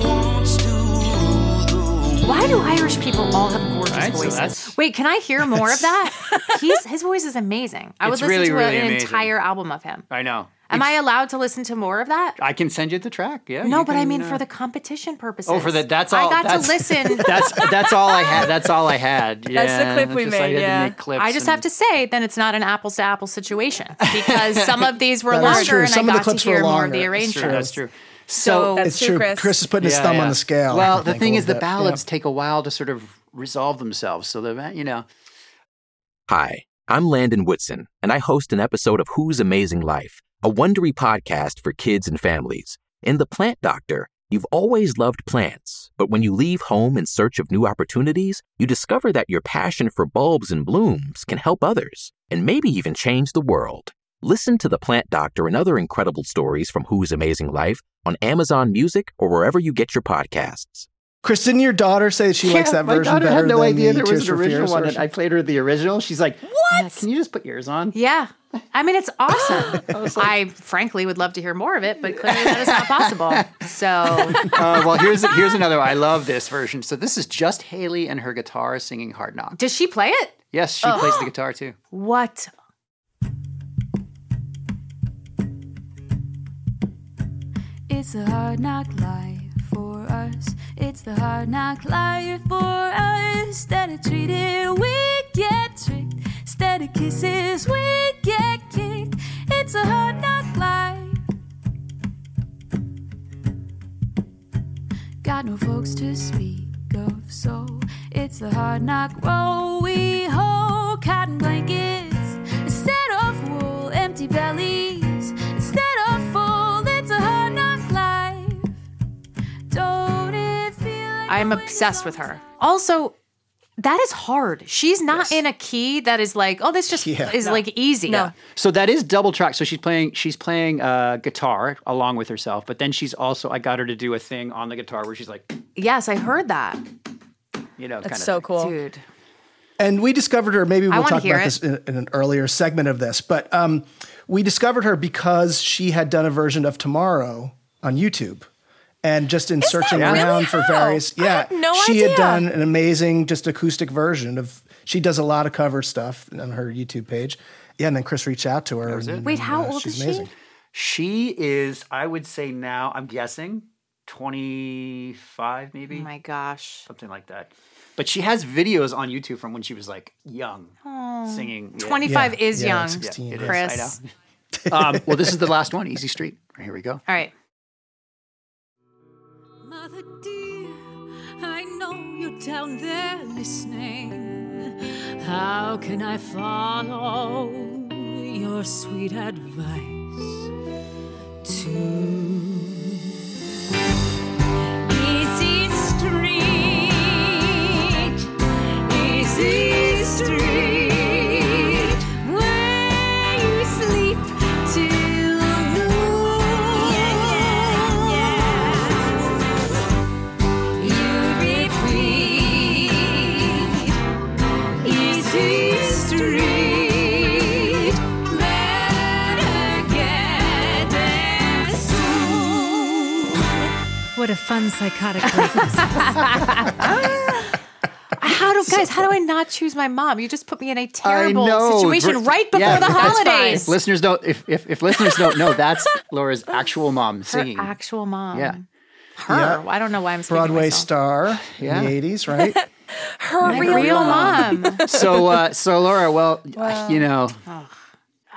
wants to rule the world.
Why do Irish people all have gorgeous
Right, so
voices?
that's-
Wait, can I hear more of [laughs] that? He's, his voice is amazing. I would
It's
listen
really,
to
really
an
amazing.
entire album of him.
I know.
Am I allowed to listen to more of that?
I can send you the track. Yeah.
No,
you
but I
can,
mean
uh,
for the competition purposes.
Oh, for the that's all.
I got
that's,
to listen.
[laughs] That's that's all I had. That's all I had.
the
Yeah,
clip we
just- I
made,
had to
yeah.
make clips
I just
and-
have to say, then it's not an apples to apples
[laughs]
situation because some of these were
That is
longer,
true.
and
Some of the
I got
clips
to
were
hear more of
longer.
the
That's true.
arrangement.
That's true.
So,
That's
It's
true,
true.
Chris.
is putting his
Yeah,
thumb
yeah.
on the scale. I
Well, the
think, a
thing
little
is, the
bit.
ballads take a while to sort of resolve themselves. So that you know,
Hi, I'm Landon Woodson, and I host an episode of Who's Amazing Life, a Wondery podcast for kids and families. In The Plant Doctor, you've always loved plants, but when you leave home in search of new opportunities, you discover that your passion for bulbs and blooms can help others and maybe even change the world. Listen to The Plant Doctor and other incredible stories from Who's Amazing Life on Amazon Music or wherever you get your podcasts.
Chris, didn't your daughter say that she likes that
my
version
daughter
better
had no
than
idea
the
there
Tears
was an
for Fears
original one. that
version?
I played her the original. She's [laughs] like, "What? can you just put yours on?"
yeah. I mean,
[laughs]
it's awesome. I, frankly would love to hear more of it, but clearly that is not
[laughs]
possible. So,
Uh, well, here's [laughs] here's another. one. I love this version. So this is just Haley and her guitar singing "Hard Knock."
does she play it?
Yes,
Oh.
she plays the guitar too.
What?
It's a hard knock life for us. It's the hard knock life for us. Steady treated, we get tricked. Steady kisses, we get kicked. It's a hard knock life. Got no folks to speak of, so it's the hard knock roll. We hold cotton blankets instead of wool, empty bellies instead of full. It's a hard knock life. Don't it feel like
I'm
the wind is
obsessed with
on
her. Also, that is hard. She's not in a key that is like, oh, this just
Yeah.
is like easy.
No.
So that is double track. So she's playing she's playing uh, guitar along with herself, but then she's also I got her to do a thing on the guitar where she's like,
Yes, I heard that.
you know, kind
That's
of
so cool.
Dude.
And we discovered her. Maybe we'll
wanna
talk
hear
about
it.
this in, in an earlier segment of this, but um, we discovered her because she had done a version of Tomorrow on YouTube, and just in searching
really
around for
how?
various,
I
yeah,
had no
she
idea.
had done an amazing just acoustic version of. She does a lot of cover stuff on her YouTube page. Yeah, and then Chris reached out to her. and,
Wait, how old
she's
is she?
amazing.
She is, I would say now, I'm guessing 25 maybe,
Oh my gosh.
something like that. But she has videos on YouTube from when she was like young singing. Yeah.
25
Yeah,
is
yeah,
young.
like 16,
it is.
Chris.
I know. um, well, this is the last one, Easy Street. Here we go.
All right.
Mother dear, I know you're down there listening. How can I follow your sweet advice? To easy street, easy street, where you sleep till noon.
What a fun psychotic break.
[laughs] How do guys? How do I not choose my mom? You just put me in a terrible
I know.
situation
Dr-
right before
yeah,
the
that's fine.
holidays.
Listeners don't. If, if, if listeners don't
[laughs]
know, that's Laura's actual mom singing.
Her actual mom.
Yeah.
Her.
Yeah.
I don't know why I'm speaking.
Broadway star
Yeah.
in the eighties, right?
[laughs] Her real, mom.
[laughs]
[laughs]
so uh, so Laura, well, uh, you know,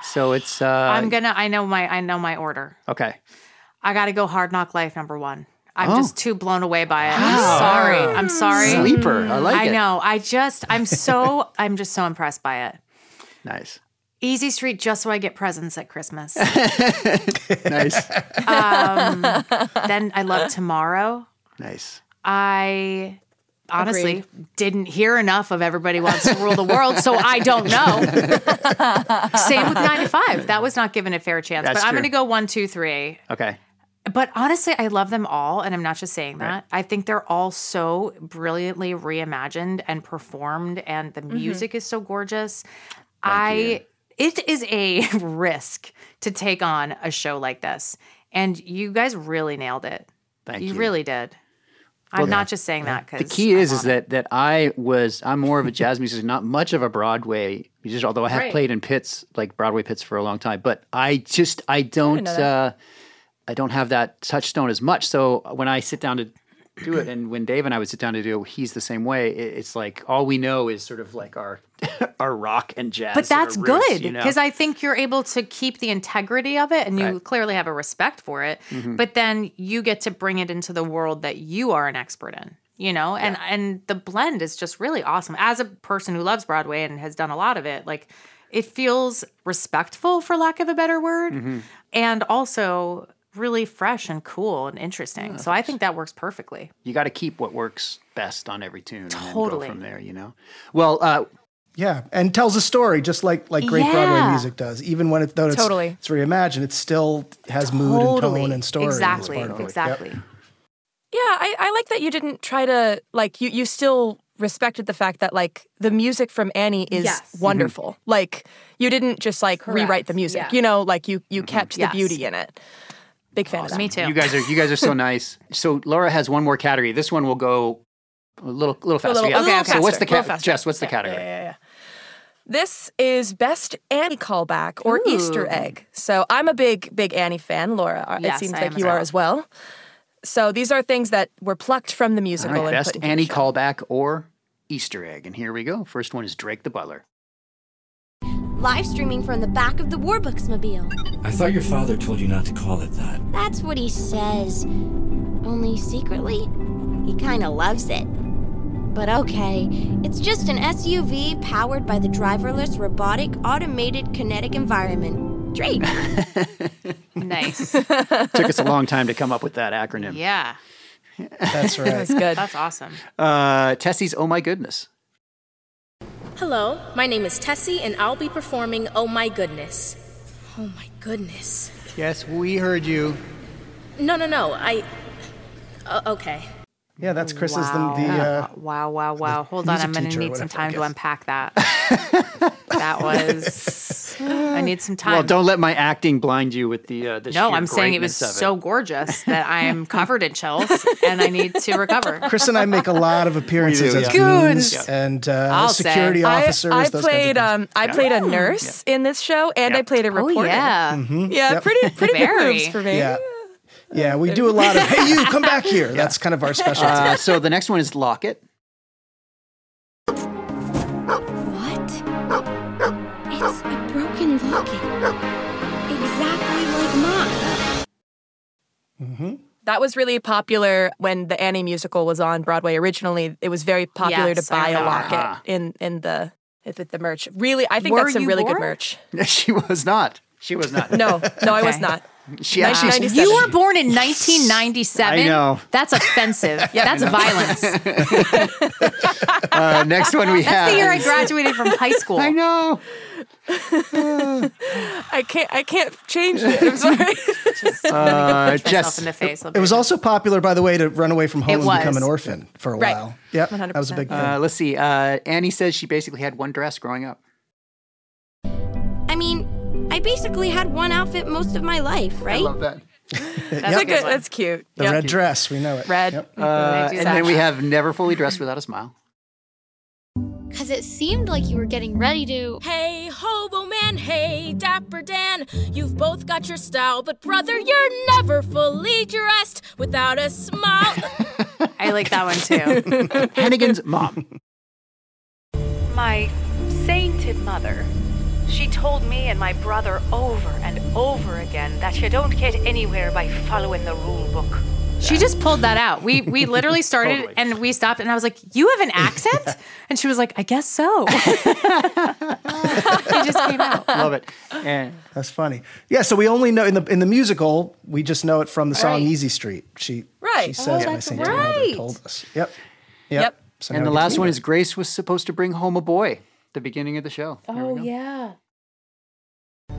so it's uh,
I'm gonna. I know my. I know my order.
okay.
I gotta go. Hard Knock Life number one. I'm
Oh.
just too blown away by it.
Wow.
I'm sorry. I'm sorry.
Sleeper. I like
I
it.
know. I just. I'm so. I'm just so impressed by it.
Nice,
Easy Street, just so I get presents at
[laughs]
Christmas.
nice,
um, then I love Tomorrow.
nice.
I honestly didn't hear enough of Everybody Wants to Rule the World, so I don't know. Same with 9 to 5. That was not given a fair chance,
That's
but I'm
true.
going to go one, two, three.
Okay.
But honestly, I love them all, and I'm not just saying that. I think they're all so brilliantly reimagined and performed, and the
Mm-hmm.
music is so gorgeous. I it is a [laughs] risk to take on a show like this, and you guys really nailed it.
Thank
you,
you.
really did. I'm
Well,
not just saying that because
The key is is that that I was I'm more of a jazz musician, not much of a Broadway musician. Although I have
Right.
played in pits like Broadway pits for a long time, but I just I don't
know
I,
that.
uh, I don't have that touchstone as much. So when I sit down to do it, and when Dave and I would sit down to do it, he's the same way. It, it's like all we know is sort of like our [laughs] our rock and jazz.
But
sort of
that's
roots,
good
you know?
because I think you're able to keep the integrity of it and you clearly have a respect for it.
Hmm.
Mhm.
But then you get to bring it into the world that you are an expert in, you know? And and the blend is just really awesome. As a person who loves Broadway and has done a lot of it, like it feels respectful for lack of a better
Hmm.
word
Mhm.
and also really fresh and cool and interesting. so I think that works perfectly.
you got to keep what works best on every tune. And
Totally.
then go from there, you know. Well, uh,
Yeah, and tells a story just like like great Broadway
Yeah.
music does. Even when it though it's,
Totally.
it's reimagined, it still has mood and
Totally.
tone and story. as part
Exactly.
of it. Yep.
Exactly.
Yeah, I, I like that you didn't try to like you you still respected the fact that like the music from Annie is
Yes.
Mm-hmm.
Mhm.
wonderful. Like you didn't just like rewrite
Correct.
the music.
Yeah. Mm-hmm.
You know, like you you kept
Yes.
the beauty in it. Big fan
Me
of
too.
You guys are you guys are so nice. So Laura has one more category. This one will go a little little
that.
faster.
A
yeah?
little, a little
So what's
faster,
the
a little
ca-
faster.
Jess? What's the
Yeah,
category?
Yeah, yeah, yeah. This is best Annie callback or Easter
Ooh.
egg. So I'm a big, big Annie fan. Laura, are- it
Yes,
seems
I
like
am
you
as
are
well.
as well. So these are things that were plucked from the
All
musical.
right,
and put
best
into the
Annie
show.
callback or Easter egg. And here we go. First one is Drake the Butler.
Live streaming from the back of the Warbucksmobile.
I thought your father told you not to call it that.
That's what he says. Only secretly, he kinda loves it. But okay, it's just an SUV powered by the driverless, robotic, automated, kinetic environment.
[laughs]
Drake.
Nice.
Took us a long time to come up with that acronym.
yeah.
[laughs]
That's right.
good.
That's awesome.
Uh, Tessie's Oh My Goodness.
Hello, my name is Tessie, and I'll be performing Oh My Goodness. Oh My Goodness.
Yes, we heard you.
No, no, no, I. Uh, okay.
Yeah, that's Chris's the, the uh,
wow, wow, wow. Hold on,
music
I'm going
teacher
to
or
need some
whatever, I
time to
guess.
unpack
[laughs]
that. that was. I need some time.
Well, don't let my acting blind you with the uh, the
no,
sheer
I'm saying it was
greatness of
so
[laughs]
gorgeous that I am covered in chills and I need to recover.
Chris and I make a lot of appearances
We
as
do,
yeah.
goons
Goons.
and
I'll
uh,
say.
security
I-
officers.
I,
those kinds of
played
things.
um I played a nurse in this show and I played a reporter.
yeah.
Yeah,
Mm-hmm. Yep. [laughs]
pretty pretty big
Very.
moves for me.
Yeah. Yeah, we do a [laughs] lot of,
[laughs]
hey, you, come back here. That's kind of our specialty.
Uh, so the next one is Locket.
What? It's a broken locket. Exactly like mine.
hmm
That was really popular when the Annie musical was on Broadway originally. It was very popular
Yes,
to
I
buy a
remember
locket
that.
in in the if it, the merch. Really, I think
Were
that's some
you
really good
born?
merch.
[laughs] she was not. She was not.
No, no, I was
Okay.
not.
She actually.
1997.
You
[laughs]
were born in 1997.
I know.
That's offensive.
[laughs]
That's violence. That's
Uh, next one we have.
the year I graduated from [laughs] high school.
I know.
[laughs] I can't. I can't change it. I'm
[laughs]
sorry.
Uh,
Punch myself
Jess,
in the face.
It was also popular, by the way, to run away from home and become
was.
an orphan for a
Right.
while. Yep, that was a big thing.
Uh, let's see. Uh, Annie says she basically had one dress growing up.
I mean, I basically had one outfit most of my life, right?
that.
That's a good. That's cute.
The
Yep.
red dress, we know it.
Red.
Yep.
Uh,
They do
and
that.
then we have Never Fully Dressed Without a Smile.
Because it seemed like you were getting ready to.
Hey, hobo man, hey, dapper Dan. You've both got your style, but brother, you're never fully dressed without a smile.
I like that one too.
[laughs] Hennigan's mom.
My [laughs] sainted mother. She told me and my brother over and over again that you don't get anywhere by following the rule book.
She just pulled that out. We we
[laughs]
literally started and we stopped and I was like, "You have an accent?" And she was like, "I guess
[laughs]
so." [laughs] it just came out.
Love it. And
That's funny. Yeah, so we only know in the in the musical, we just know it from the song
Right.
Easy Street. She
Right.
She
Oh,
says my
that's
sainted mother
right.
told us. Yep. Yep. So
and
now we get
the
to
last
meet
one
her.
is Grace was supposed to bring home a boy. The beginning of the show.
Oh yeah.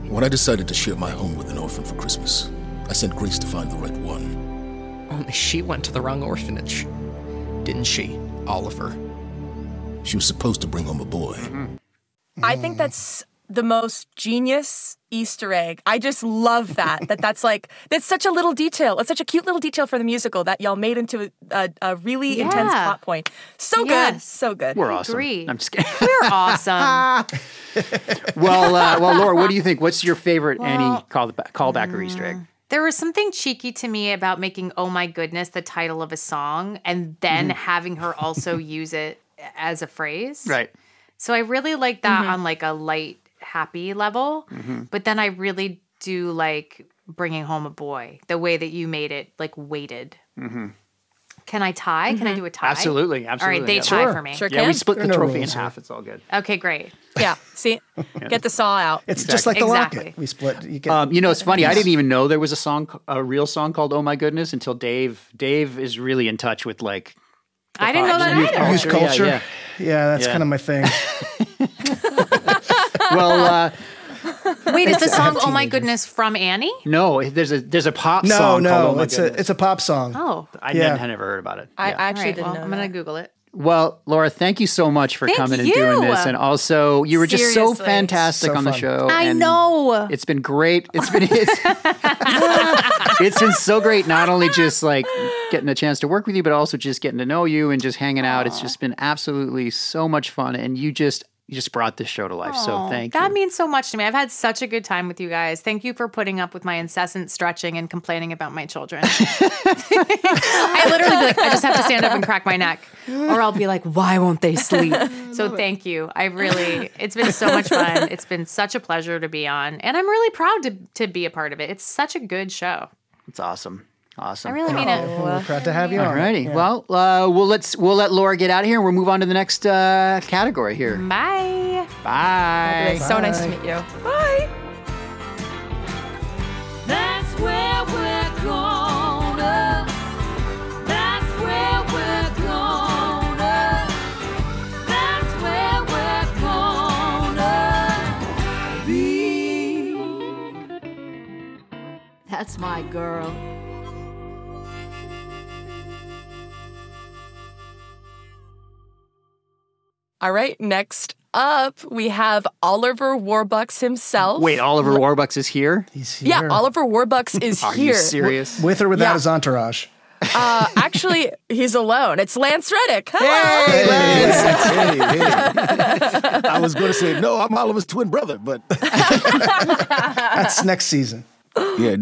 When I decided to share my home with an orphan for Christmas, I sent Grace to find the right one.
Only she went to the wrong orphanage. Didn't she, Oliver?
She was supposed to bring home a boy.
I think that's the most genius Easter egg. I just love that. that that's like that's such a little detail. It's such a cute little detail for the musical that y'all made into a, a, a really intense
Yeah.
plot point. So good,
Yes.
so good.
We're awesome. I'm just kidding.
We're awesome.
well, uh, well, Laura, what do you think? What's your favorite any
Well, Mm.
call callback or Easter egg?
There was something cheeky to me about making "Oh my goodness" the title of a song and then
Mhm.
having her also use it as a phrase.
Right.
So I really like that
Mm-hmm.
Mhm.
on like a light, happy level.
Mhm.
But then I really do like bringing home a boy. The way that you made it like weighted.
Mm-hmm.
Can I tie? Can
Mm-hmm.
I do a tie?
Absolutely, absolutely.
All right, they
yeah.
tie for me.
yeah, we split the trophy in half. It's all good.
Okay, great.
[laughs] Yeah. See, get the saw out.
It's
just like the Exactly.
locket. We split. You get
Um, you know, it's funny. I
Yes.
didn't even know there was a song, a real song called "Oh My Goodness" until Dave. Dave is really in touch with like. the
I didn't know
pop-
that
youth
either.
Youth culture.
Yeah,
Yeah, that's
Yeah.
kind of my thing.
yeah. [laughs]
[laughs]
Well, uh,
Wait, is the
I have
song
[laughs]
"Oh my goodness" from Annie?
no, there's a there's a pop
no,
song.
no,
called, oh My
it's
Goodness.
a it's a pop song.
Oh,
I
yeah.
never, had never heard about it.
I
actually didn't
know. I'm gonna Google it.
Well, Laura, thank you so much for
Thank
coming and
you.
doing this, and also you were just so
Seriously.
fantastic
So
on the
fun.
show.
I
Oh, and
know.
It's been great. It's been it's, [laughs] it's been so great. Not only just like getting a chance to work with you, but also just getting to know you and just hanging out. It's just been absolutely so much fun, and you just you just brought this show to life. so
Aw,
thank
that means so much to me. I've had such a good time with you guys. Thank you for putting up with my incessant stretching and complaining about my
[laughs]
children. I literally be like, I just have to stand up and crack my neck, or I'll be like, why won't
[laughs]
[laughs]
they sleep? So thank you. I really, it's been so much fun. It's been such a pleasure to be on, and I'm really proud to to be a part of it. It's such a good show.
It's awesome. Awesome.
I really mean it.
We're proud to have you on.
Alrighty.
Yeah.
Well, uh, we'll let's we'll let Laura get out of here, and we'll move on to the next uh, category here.
Mm. Bye.
Bye.
So nice to meet you. Bye.
That's where we're gonna. That's where we're gonna. That's where we're gonna be. That's my girl.
All right. Next up, we have Oliver Warbucks himself.
Wait, Oliver Warbucks
[laughs]
is here.
He's
Yeah, Oliver Warbucks is
[laughs] Are
here.
you serious?
With or without his entourage.
[laughs] Uh, actually, he's alone. It's Lance Reddick. Hello.
[laughs] I was going to say, no, I'm Oliver's twin brother, but. [laughs]
That's next season.
Yeah.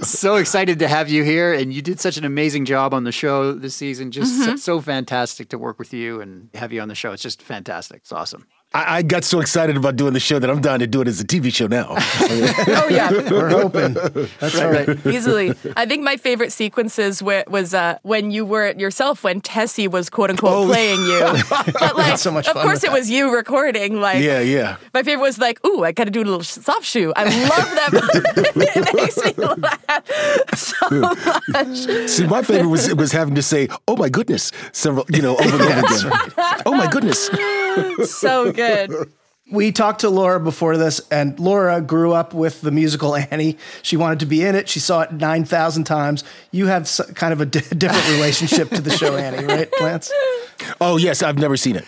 so excited to have you here, and you did such an amazing job on the show this season. Just
Mm-hmm.
so, so fantastic to work with you and have you on the show. It's just fantastic. It's awesome.
I, I got so excited about doing the show that I'm dying to do it as a TV show now. oh, [laughs]
yeah.
We're hoping. That's
right. right.
[laughs] Easily. I think my favorite sequences wa- was uh, when you were it yourself, when Tessie was quote unquote
Oh,
playing
[laughs]
you.
[laughs]
But like,
so much
of
fun
course,
with
it
that.
was you recording. Like,
yeah, yeah.
My favorite was like, ooh, I gotta do a little sh- soft shoe. I love that [laughs] part. it makes me laugh so much.
See, my favorite
[laughs]
was was having to say, "Oh my goodness," several, you know, over and over
That's
again. [laughs] Oh my goodness.
so good.
We talked to Laura before this, and Laura grew up with the musical Annie. She wanted to be in it. She saw
[laughs]
it 9,000 times. You have s kind of a di different relationship to the show Annie, right, Lance?
Oh yes, I've never seen it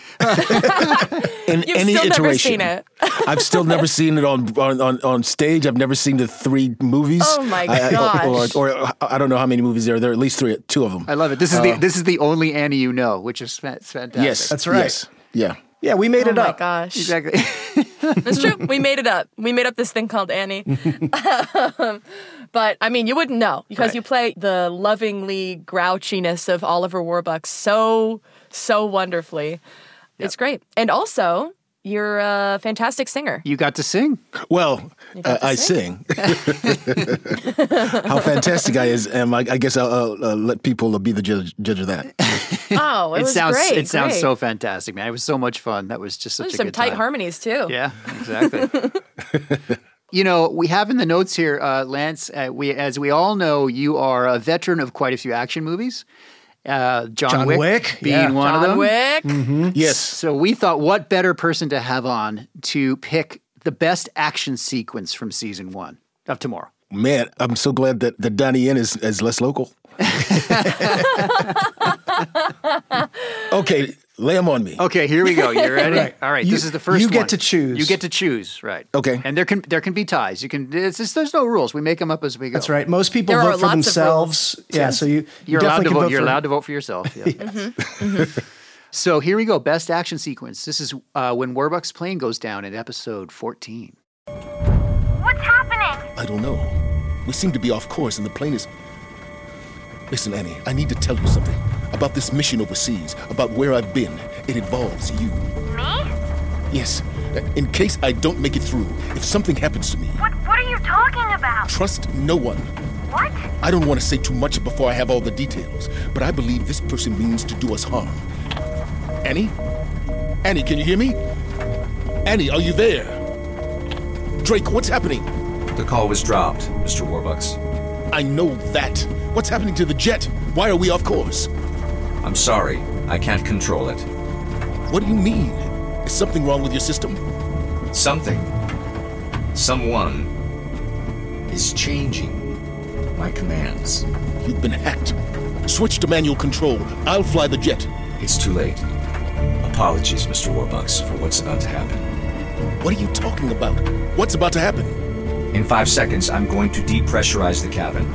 in
You've
any
still
iteration.
never seen it.
[laughs] I've still never seen it on on, on on stage. I've never seen the three movies.
Oh, my
I- or-
gosh.
Or, or I don't know how many movies there are. There are at least three, two of them.
I love it. This is the
Uh,
this is the only Annie you know, which is fa- fantastic.
yes, Yes, yeah.
Yeah, we made
oh
it
my
up.
gosh.
Exactly.
That's true. We made it up. We made up this thing called
[laughs]
Annie. Um, but I mean, you wouldn't know because
Right.
you play the lovingly grouchiness of Oliver Warbucks so, so wonderfully. It's great. And also, you're a fantastic singer.
You got to sing.
Well, uh, I sing. How fantastic I is am! I, I guess I'll, I'll, uh let people be the judge, judge of that.
[laughs] Oh, it, was
sounds
great.
it sounds
great.
so fantastic, man. It was so much fun. That was just such
There's
a
some
good
tight
time.
harmonies
[laughs]
too.
Yeah, exactly. you know, we have in the notes here, uh, Lance. Uh, we, as we all know, you are a veteran of quite a few action movies. Uh, John,
John
Wick,
Wick,
being
yeah. Mm-hmm.
one of
John
them. Mm-hmm.
Wick.
Yes.
So we thought, what better person to have on to pick the best action sequence from season one of Tomorrow?
Man, I'm so glad that that Donnie Yen is, is less local. okay, lay them on me.
Okay, here we go. You ready? All right,
You-
this is the first.
you get
one.
to choose.
You get to choose, right?
Okay.
And there can there can be ties. You can. It's just, there's no rules. We make them up as we go.
That's right. Most people
There are
vote for
lots of
themselves. Yeah, so you, you
You're allowed
definitely
to
can
vote.
vote
You're
for-
allowed to vote for yourself. Yeah.
Mm-hmm.
[laughs] so here we go. Best action sequence. This is uh, when Warbucks' plane goes down in episode 14.
What's happening?
I don't know. We seem to be off course, and the plane is. Listen, Annie, I need to tell you something about this mission overseas, about where I've been. It involves you.
Me?
Yes, in case I don't make it through, if something happens to me,
What What are you talking about?
trust no one.
What?
I don't want to say too much before I have all the details, but I believe this person means to do us harm. Annie? Annie, can you hear me? Annie, are you there? Drake, what's happening?
The call was dropped, Mr. Warbucks.
I know that. What's happening to the jet? Why are we off course?
I'm sorry, I can't control it.
What do you mean? Is something wrong with your system?
Something, someone, is changing my commands.
You've been hacked. Switch to manual control. I'll fly the jet.
It's too late. Apologies, Mr. Warbucks, for what's about to happen.
What are you talking about? What's about to happen?
In five seconds, I'm going to depressurize the cabin.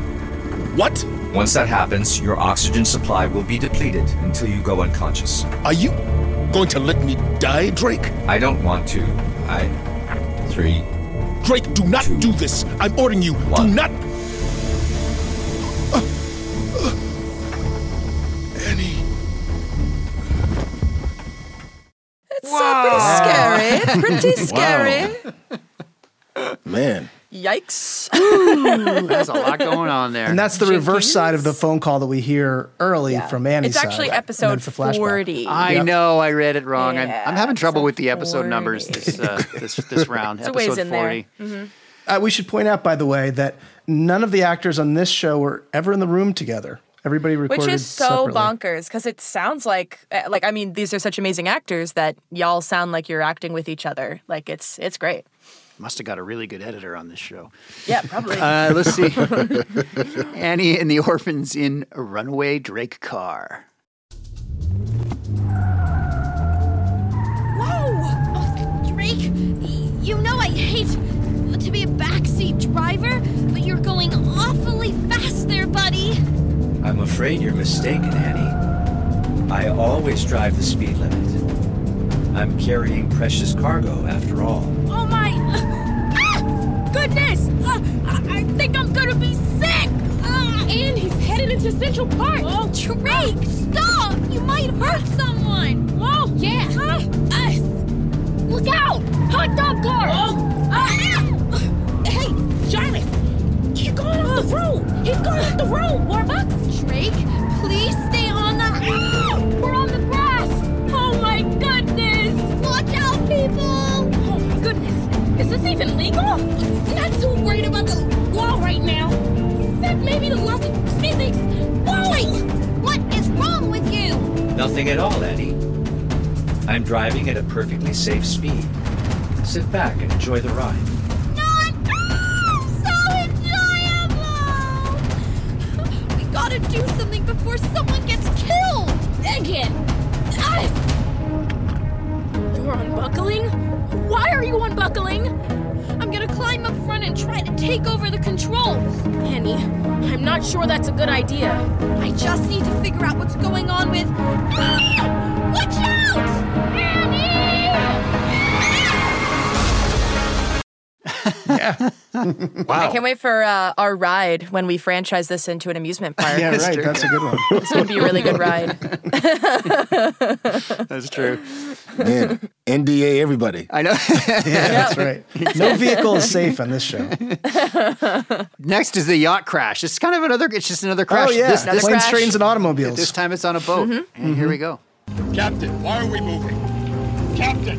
What?
Once that happens, your oxygen supply will be depleted until you go unconscious.
Are you going to let me die, Drake?
I don't want to. I. Three.
Drake, do not do this. I'm ordering you. Do not. Annie.
It's uh, pretty scary.
[laughs]
Pretty scary.
Man.
Yikes.
There's a
[laughs]
lot going on there.
And that's the reverse side of the phone call that we hear early from Annie's
It's actually
side. And then
episode
it's a flashback.
40.
[laughs] I
Yep.
know I read it wrong. I'm, I'm having trouble with the episode
40.
numbers this uh, this this round.
[laughs] It's a ways
episode
in there.
40.
Uh, we should point out, by the way, that none of the actors on this show were ever in the room together. Everybody recorded
Which is so
separately.
bonkers because it sounds like uh, like I mean these are such amazing actors that y'all sound like you're acting with each other like it's it's great
Must have got a really good editor on this show.
yeah probably
Uh, let's
[laughs]
see. Annie and the orphans in a runaway Drake car.
Whoa! Oh, Drake, you know I hate to be a backseat driver, but you're going awfully fast there, buddy.
I'm afraid you're mistaken, Annie. I always drive the speed limit. I'm carrying precious cargo, after all.
Oh my! Ah! Goodness! Uh, I, I think I'm gonna be sick!
Ah.
Uh, and he's headed into Central Park! Whoa. Drake, stop! You might hurt someone! Whoa! Yeah! us! Look out! Hot dog car! Hey, Jarvis! He's going off the road! He's going off the road,
Oh.
Warbucks! Drake, please stay on the... We're on the [gasps] grass! Oh my goodness! Watch out, people! Oh my goodness! Is this even legal? Not too worried about the law right now. Except maybe the laws of physics. Whoa! What is wrong with you?
Nothing at all, Annie. I'm driving at a perfectly safe speed. Sit back and enjoy the ride.
So enjoyable! We gotta do something before someone gets killed! Dang it!
You're unbuckling? Why are you unbuckling? I'm gonna climb up front and try to take over the controls. Annie, I'm not sure that's a good idea. I just need to figure out what's going on with. [gasps] Ah! Watch out!
yeah.
I can't wait for uh, our ride when we franchise this into an amusement park.
Yeah, right. That's a
[laughs]
good one.
It's going to be a really good ride.
[laughs] That's true.
Man, NDA everybody.
I know.
Yeah, that's
[laughs]
right. No vehicle is safe on this show.
Next is the yacht crash. It's kind of another. It's just another crash.
Oh yeah,
This, this-
planes, trains, and automobiles.
this time it's on a boat. And here
[laughs]
we go.
Captain, why are we moving? Captain!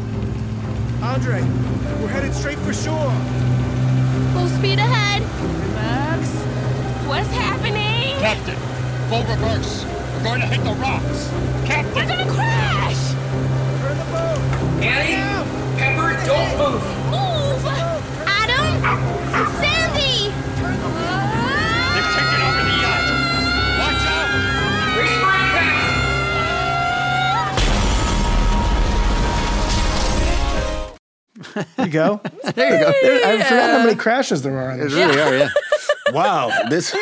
Andre, we're headed straight for shore.
Full speed ahead. Relax. What's happening?
Captain! Full reverse! We're going to hit the rocks! Captain! We're
gonna crash!
Turn the boat.
Annie, Pepper, don't move.
Move! Adam! Sandy!
They've taken over the yacht! Watch out!
Race for impact.
you go.
There you go.
I forgot how many crashes there are on this.
really
[laughs]
are, yeah.
wow.
[laughs]
This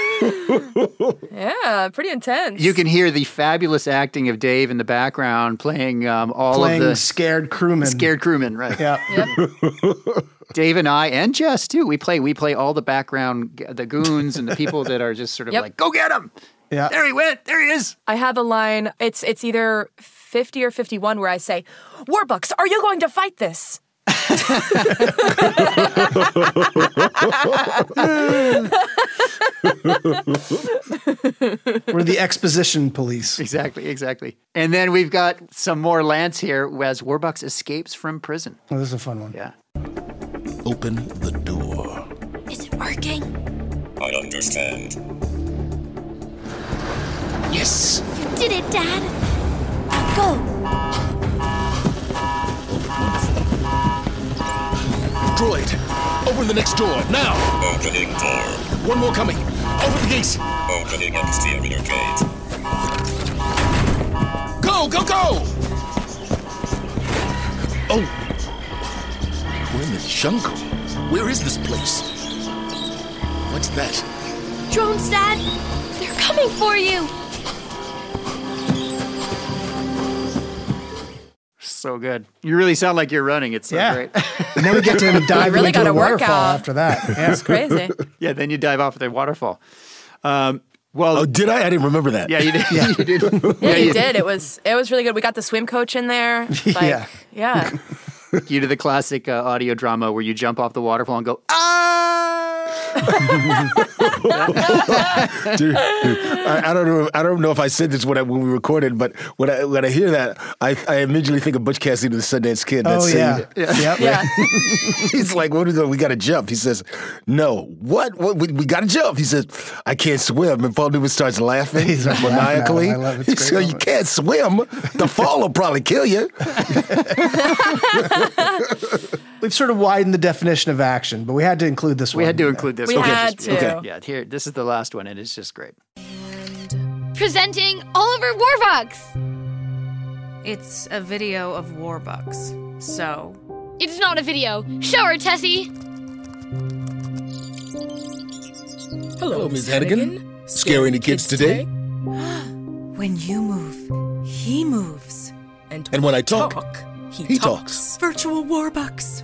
yeah, pretty intense.
You can hear the fabulous acting of Dave in the background playing um, all
Playing
of the
scared crewmen.
scared crewmen, right?
Yeah.
Dave and I and Jess too. We play we play all the background g- the goons and the people that are just sort of
Yep.
like go get him.
Yeah.
There he went. There he is.
I have a line. It's it's either fifty or fifty one where I say, "Warbucks, are you going to fight this?"
[laughs] We're the exposition police.
Exactly, exactly. And then we've got some more Lance here as Warbucks escapes from prison.
Oh, this is a fun one.
Yeah.
Open the door.
[laughs]
Is it working?
I understand.
Yes! You did it, Dad! Go!
Droid, open the next door, now!
Opening door.
One more coming! Open the gates!
Opening exterior gate.
Go, go, go! Oh! We're in the jungle. Where is this place? What's that?
Drones, Dad! They're coming for you!
So good. You really sound like you're running. It's so
Yeah.
great.
And then
[laughs]
we get to him diving
really
into
got
a
a
waterfall
workout.
after that. Yeah.
It's crazy.
yeah, then you dive off at the waterfall. Um, well,
Oh, did I? I didn't remember that.
yeah, you did. you did.
Yeah,
Yeah,
you did. It was it was really good. We got the swim coach in
[laughs]
there. Like,
Yeah.
yeah.
You did the classic uh, audio drama where you jump off the waterfall and go, ah!
Dude, I, I don't know. I don't know if I said this when I, when we recorded, but when I when I hear that, I, I immediately think of Butch Cassidy to the Sundance Kid. That
Oh,
scene. [laughs]
yeah. Yep.
He's like, [laughs] "What is it? We got to jump." He says, "No, what? What? We, we got to jump." He says, "I can't swim." And Paul Newman starts laughing
[laughs] He's like,
maniacally.
"Wow, I love it. It's
He
a great
says, "You
moment."
can't swim. The fall will probably kill you."
We've sort of widened the definition of action, but we had to include this one.
we had to include this
We
one.
had to. Okay.
Yeah, here, this is the last one, and it's just great.
Presenting Oliver Warbucks.
It's a video of Warbucks. So,
It's not a video. Show her, Tessie.
Hello,
Miss Hannigan. Scaring the kids today?
When you move, he moves.
And when I talk, he talks.
Virtual Warbucks.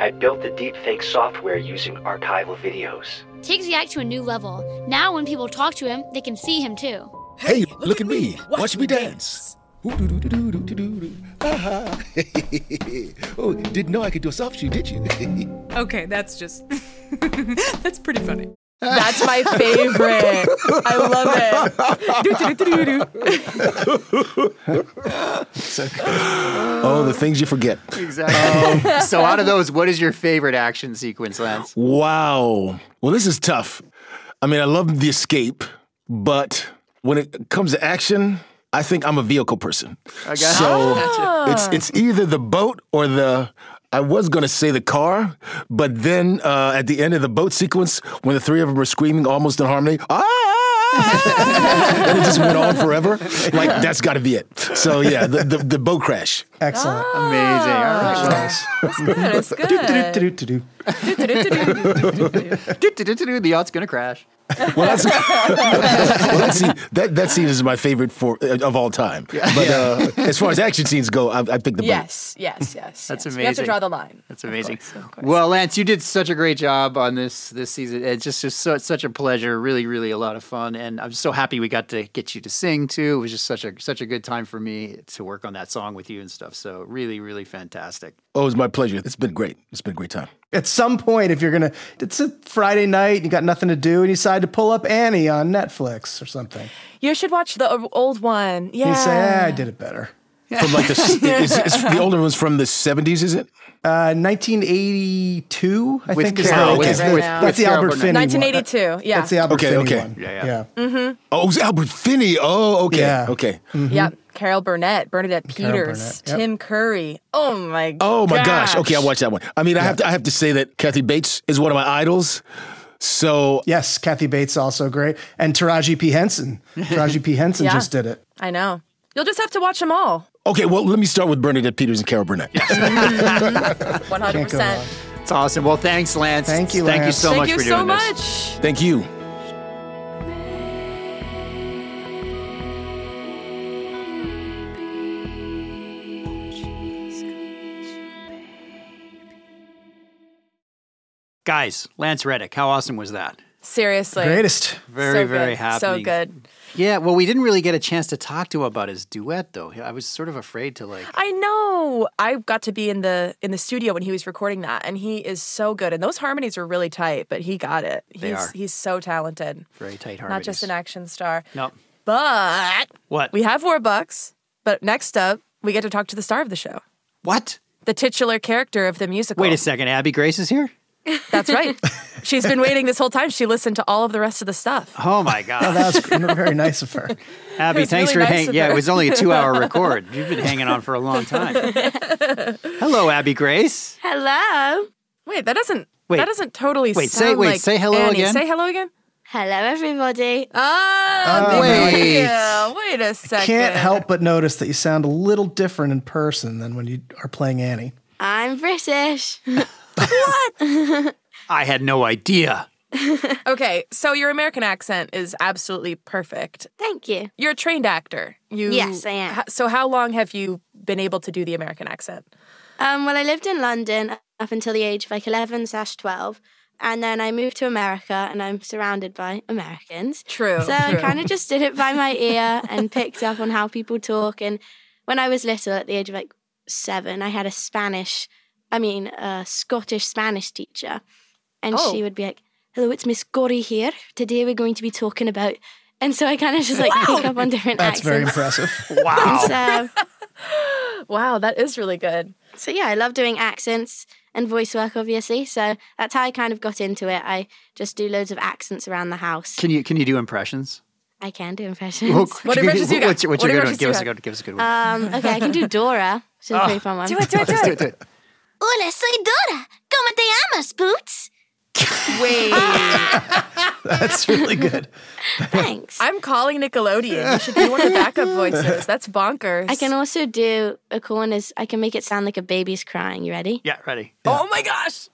I built the deepfake software using archival videos.
Takes Yak to a new level. Now, when people talk to him, they can see him too.
Hey, look, at me. Watch, me dance. Ooh-doo-doo-doo-doo-doo-doo-doo. Ah-ha. [laughs] oh, didn't know I could do a soft shoe, did you?
[gasps]
[laughs]
Okay, that's just. [laughs] that's pretty funny.
That's my favorite. I love
[laughs]
it. Do-do-do-do-do.
oh, the things you forget.
Exactly. so, out of those, what is your favorite action sequence, Lance?
Wow. Well, this is tough. I mean, I love the escape, but when it comes to action, I think I'm a vehicle person.
I got-
So
Ah.
it's it's either the boat or the I was going to say the car, but then uh, at the end of the boat sequence, when the three of them are screaming almost in harmony, ah! and it just went
[laughs]
on forever. Like that's got to be it. So yeah, the, the, the boat crash.
Excellent.
Amazing. All right.
That's good. That's good.
the yacht's gonna crash.
[laughs]
Well, that's [laughs] well, that scene, that, that scene is my favorite for uh, of all time. But uh, as far as action scenes go, I, I pick the
Yes, yes, yes.
[laughs] That's
yes.
amazing.
We have to draw the line.
That's amazing. Well, Lance, you did such a great job on this this season. It's just just so, such a pleasure. Really, really a lot of fun, and I'm so happy we got to get you to sing too. It was just such a such a good time for me to work on that song with you and stuff. So really,
[laughs]
really fantastic.
boat. Oh, it's my pleasure. It's been great. It's been a great time.
At some point, if you're going to, it's a Friday night and you got nothing to do and you decide to pull up Annie on Netflix or something.
You should watch the o- old one. Yeah.
You say, ah, I did it better. [laughs]
From like the
[laughs]
it's, it's, the older one's from the seventies, is it?
Uh, 1982, I
With
think. is
Carol
the-
Burnett.
is the-
With- with
that's the
Carol
Albert
Burnett.
Finney. one.
1982. Yeah.
That's the Albert
Okay,
Finney
okay.
one.
Yeah,
yeah.
Mm-hmm.
Oh, it was Albert Finney. Oh, okay, okay.
Mm-hmm.
Yep. Carol Burnett, Bernadette
Carol
Peters,
Burnett, yep.
Tim Curry. Oh my.
Oh my gosh.
gosh.
Okay, I watched that one. I mean, I have to I have to say that Kathy Bates is one of my idols. So
Yes, Kathy Bates also great, and Taraji P Henson. Taraji P Henson
Yeah.
just did it.
I know. You'll just have to watch them all.
okay, well, let me start with Bernadette Peters and Carol Burnett.
Can't go wrong.
It's awesome. Well, thanks, Lance. Thank
you,
Thank you
Lance.
so
Thank
much
you
for
so
doing this.
much.
Thank you.
Guys, Lance Reddick, how awesome was that?
Seriously.
Greatest. Very,
so
very
good.
happy.
So good.
Yeah, well, we didn't really get a chance to talk to him about his duet, though. I was sort of afraid to like.
I know. I got to be in the in the studio when he was recording that, and he is so good. And those harmonies are really tight, but he got it. He's
They are.
he's so talented.
Very tight
Not just
harmonies.
an action star.
Nope.
But
What?
we have Warbucks. But next up, we get to talk to the star of the show.
What?
The titular character of the musical.
Wait a second, Abby Grace is here.
That's
[laughs]
right. She's been waiting this whole time. She listened to all of the rest of the stuff. [laughs]
Oh my God.
Oh, that was very nice of her.
Abby,
It's really
thanks for
nice
hanging.
of
Yeah, it
her.
was only
[laughs]
a two-hour record. You've been hanging on for a long time. Hello, Abby Grace.
Hello. Wait, that doesn't.
Wait.
That doesn't totally.
Wait, say-
sound
wait,
like
say hello
Annie.
again.
Say hello again.
Hello, everybody.
Oh,
Oh,
thank
wait.
you. Wait a second.
Can't help but notice that you sound a little different in person than when you are playing Annie.
I'm British.
[laughs]
[laughs]
I had no idea.
okay, so your American accent is absolutely perfect.
Thank you.
You're a trained actor. You
Yes, I am.
h- So how long have you been able to do the American accent?
Um, well, I lived in London up until the age of like 11 slash 12. And then I moved to America and I'm surrounded by Americans.
True.
So I kind of just did it by my ear and picked up on how people talk. And when I was little, at the age of like seven, I had a Spanish, I mean, a Scottish Spanish teacher. And
Oh.
she would be like, Hello, it's Miss Gory here. Today we're going to be talking about. And so I kind of just like
Wow.
pick up on different
That's
accents.
very impressive. [laughs]
so,
And
[laughs]
wow, that is really good.
So yeah, I love doing accents and voice work, obviously. So that's how I kind of got into it. I just do loads of accents around the house.
Can you can you do impressions?
I can do impressions. [laughs]
What impressions you got? What's your- what's What your good impressions one? Give you us a got? good- give us a good one.
Um, okay, I can do Dora, which is a
Ah.
pretty fun one.
Do it, do it, do Let's do it. it, do it.
[laughs] Hola, soy Dora. Como te llamas,
[laughs]
Boots? Wait.
[laughs] That's really good.
[laughs]
Thanks.
I'm calling Nickelodeon. You should do one of the
[laughs]
backup voices. That's bonkers.
I can also do a cool one is I can make it sound like a baby's crying. You ready?
Yeah, ready.
Oh my gosh.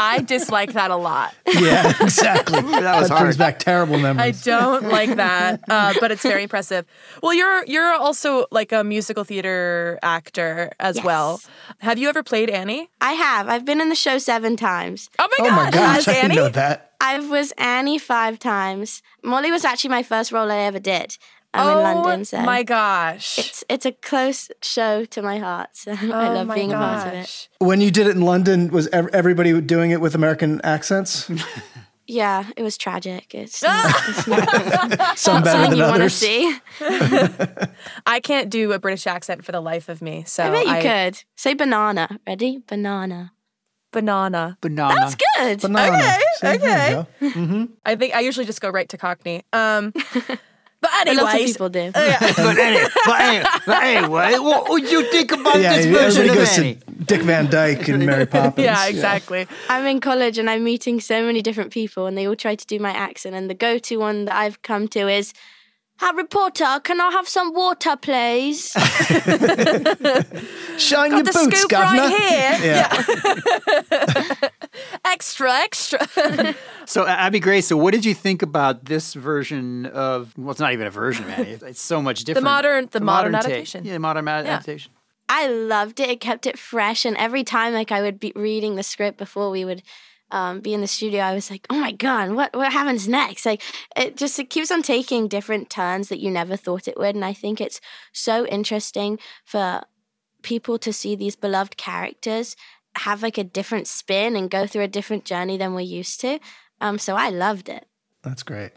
I dislike that a lot.
Yeah,
[laughs]
exactly.
That was
brings
hard.
back
[laughs]
terrible
I
memories.
don't like that, uh, but it's very impressive. Well, you're you're also like a musical theater actor as
Yes.
well. Have you ever played Annie?
I have. I've been in the show seven times.
Oh my
oh my gosh,
As
I didn't know that.
I was Annie five times. Molly was actually my first role I ever did. I'm
Oh
in London, so
my gosh,
it's it's a close show to my heart. So [laughs] I
Oh
love
my
being a part of it.
When you did it in London, was ev- everybody doing it with American accents?
Yeah, it was tragic.
[laughs]
It's, it's [laughs]
[laughs]
not,
Some
not
better
something
than
you want to [laughs]
others.
see.
I can't do a British accent for the life of me. So
I bet you could say banana. Ready? Banana.
Banana.
Banana.
That's good. [laughs]
Banana. Okay, See, there you okay. I think I usually just go right to Cockney. Um, But anyways,
lots of people do.
Uh, yeah.
but anyway, but anyway, but anyway, what would you think about
yeah,
this version
everybody
of
goes
Annie?
to Dick Van Dyke and Mary Poppins.
I'm in college and I'm meeting so many different people, and they all try to do my accent. And the go to one that I've come to is Harry Potter, can I have some water, please?
Shine
Got
your
the
boots,
scoop
governor.
right
here.
[laughs] Yeah.
extra, extra. [laughs]
So, A- Abby Gray, so what did you think about this version of? Well, it's not even a version, man. It's, it's so much different.
modern- the modern
take.
adaptation.
Yeah, the modern ma-
Yeah.
adaptation.
I loved it. It kept it fresh, and every time like I would be reading the script before we would um, be in the studio, I was like, "Oh my god, what what happens next?" Like it just it keeps on taking different turns that you never thought it would, and I think it's so interesting for people to see these beloved characters have like a different spin and go through a different journey than we're used to. Um, so I loved it.
That's great.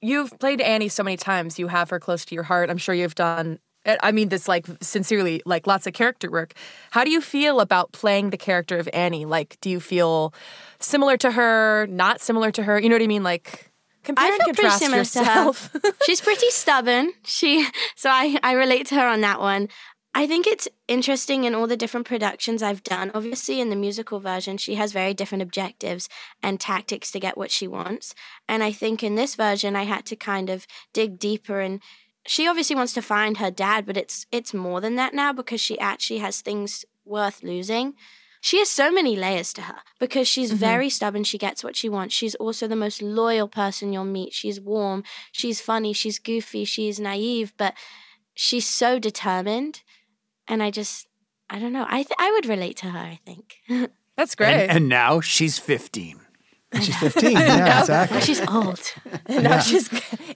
You've played Annie so many times. You have her close to your heart. I'm sure you've done. eh, I I mean this like sincerely, like lots of character work. How do you feel about playing the character of Annie? Like, do you feel similar to her? Not similar to her? You know what I mean? Like, compare
I
and
feel
contrast
pretty similar
yourself.
to her. [laughs] She's pretty stubborn. She so I I relate to her on that one. I think it's interesting in all the different productions I've done. Obviously, in the musical version, she has very different objectives and tactics to get what she wants. And I think in this version, I had to kind of dig deeper and she obviously wants to find her dad, but it's it's more than that now because she actually has things worth losing. She has so many layers to her because she's
Mhm.
very stubborn. She gets what she wants. She's also the most loyal person you'll meet. She's warm. She's funny. She's goofy. She's naive, but she's so determined. And I just, I don't know. I th- I would relate to her. I think [laughs]
that's
And, and now she's 15.
She's 15.
[laughs]
Yeah, exactly.
She's old.
And [laughs] now
Yeah.
she's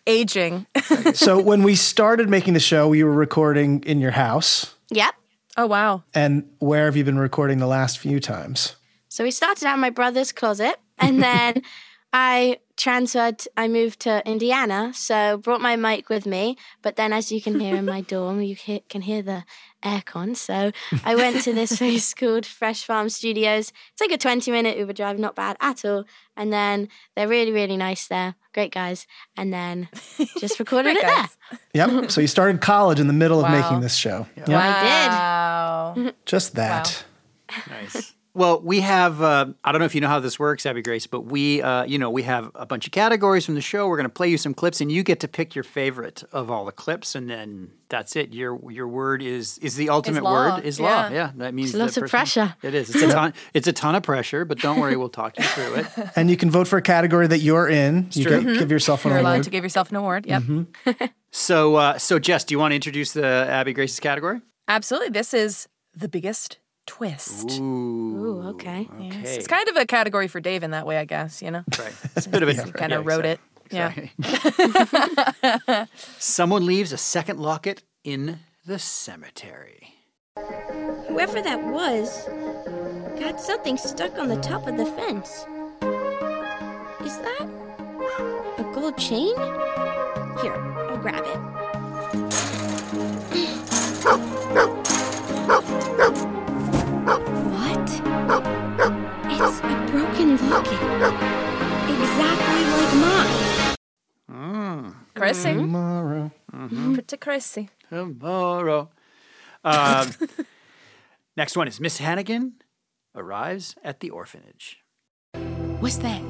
aging.
so when we started making the show, we were recording in your house.
Yep.
Oh wow.
And where have you been recording the last few times?
So we started out in my brother's closet, and then I transferred. I moved to Indiana, so brought my mic with me. But then, as you can hear in my dorm, you he- can hear the aircon. So I went to this place called Fresh Farm Studios. It's like a twenty-minute Uber drive, not bad at all. And then they're really, really nice there. Great guys. And then just recorded it there.
Yep. so you started college in the middle of
Wow.
making this show. Yep.
I [laughs]
did.
Just that.
Nice. Well, we have, uh, I don't know if you know how this works, Abby Grace, but we, uh, you know, we have a bunch of categories from the show. We're going to play you some clips and you get to pick your favorite of all the clips. And then that's it. Your, your word is, is the ultimate
law.
word is
Yeah.
law. Yeah. That means
It's a lot
that
of
person-
pressure.
It is. It's a
[laughs]
ton, it's a ton of pressure, but don't worry. We'll talk you through it.
And you can vote for a category that you're in. You
true.
get-
Mm-hmm.
Mhm.
give yourself an
You're allowed
award.
to give yourself an award. Yep.
So, uh, so Jess, do you want to introduce the Abby Grace's category?
Absolutely. This is the biggest twist.
Ooh.
okay.
Yes. It's kind of a category for Dave in that way, I guess, you know?
[laughs]
Right. It's a bit of a
Kind of wrote it. Yeah.
Someone leaves a second locket in the cemetery.
Whoever that was got something stuck on the top of the fence. Is that a gold chain? Here, I'll grab it. What? It's a broken locket. Exactly like mine.
Chrissy.
Tomorrow.
Pretty Chrissy.
Mm-hmm. Tomorrow. Um, [laughs] next one is Miss Hannigan arrives at
[laughs]
the orphanage.
What's that?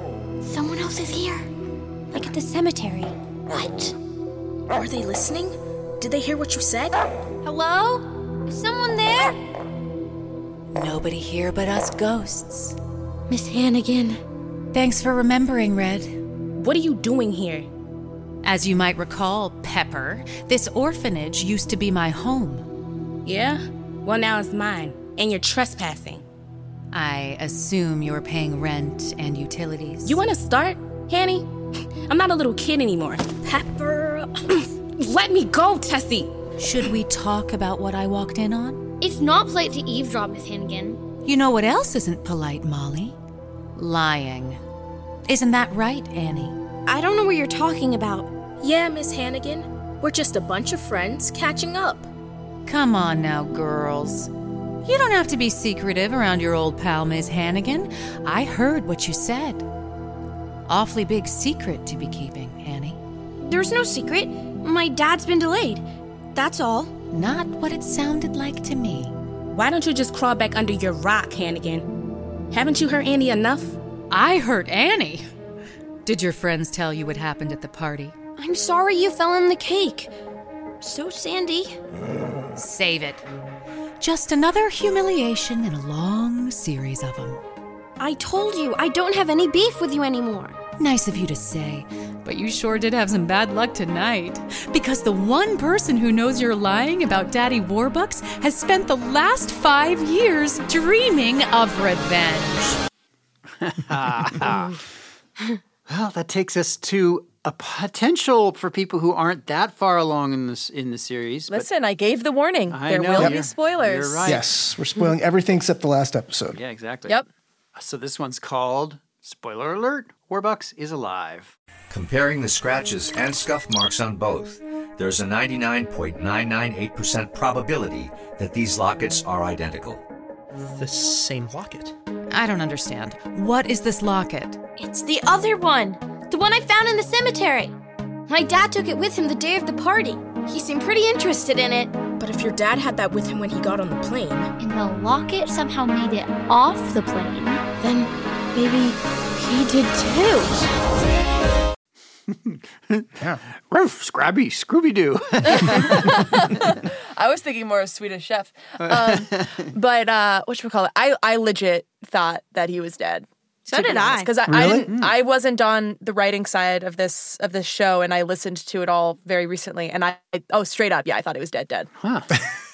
Someone else is here. Like at the cemetery. What?
Are they listening? Did they hear what you said?
Hello? Is someone there?
Nobody here but us ghosts.
Miss Hannigan.
Thanks for remembering, Red. What are you doing here? As you might recall, Pepper, this orphanage used to be my home.
Yeah? Well, now it's mine, and you're trespassing.
I assume you're paying rent and utilities.
You want to start, Hanny? [laughs] I'm not a little kid anymore. Pepper. Let me go, Tessie!
Should we talk about what I walked in on?
It's not polite to eavesdrop, Miss Hannigan.
You know what else isn't polite, Molly? Lying. Isn't that right, Annie?
I don't know what you're talking about.
Yeah, Miss Hannigan. We're just a bunch of friends catching up.
Come on now, girls. You don't have to be secretive around your old pal, Miss Hannigan. I heard what you said. Awfully big secret to be keeping, Annie.
There's no secret.
My dad's been delayed. That's all.
Not what it sounded like to me.
Why don't you just crawl back under your rock, Hannigan? Haven't you hurt Annie enough?
I hurt Annie. Did your friends tell you what happened at the party?
I'm sorry you fell in the cake. So, Sandy.
Save it. Just another humiliation in a long series of them.
I told you, I don't have any beef with you anymore.
Nice of you to say, but you sure did have some bad luck tonight. Because the one person who knows you're lying about Daddy Warbucks has spent the last five years dreaming of revenge.
well, that takes us to a potential for people who aren't that far along in this in the series.
[laughs]
but-
Listen, I gave the warning.
I
there
know,
will
you're-
be spoilers.
you're right.
Yes, we're spoiling
Mm-hmm.
everything except the last episode.
yeah, exactly.
Yep.
So this one's called spoiler alert: Warbucks is alive.
Comparing the scratches and scuff marks on both, there's a 99.998% probability that these lockets are identical.
The same locket.
I don't understand. What is this locket?
It's the other one. The one I found in the cemetery. My dad took it with him the day of the party. He seemed pretty interested in it.
But if your dad had that with him when he got on the plane,
And the locket somehow made it off the plane.
Then maybe he did too.
Yeah. Roof, Scrabby, Scooby Doo.
I was thinking more of Swedish Chef, [laughs] um, [laughs] but uh, what should we call it? I, I legit thought that he was dead.
So did I.
because I I,
Really?
didn't,
Hmm.
I wasn't on the writing side of this of this show, and I listened to it all very recently, and I, I- oh straight up, yeah, I thought it was dead, dead. [laughs]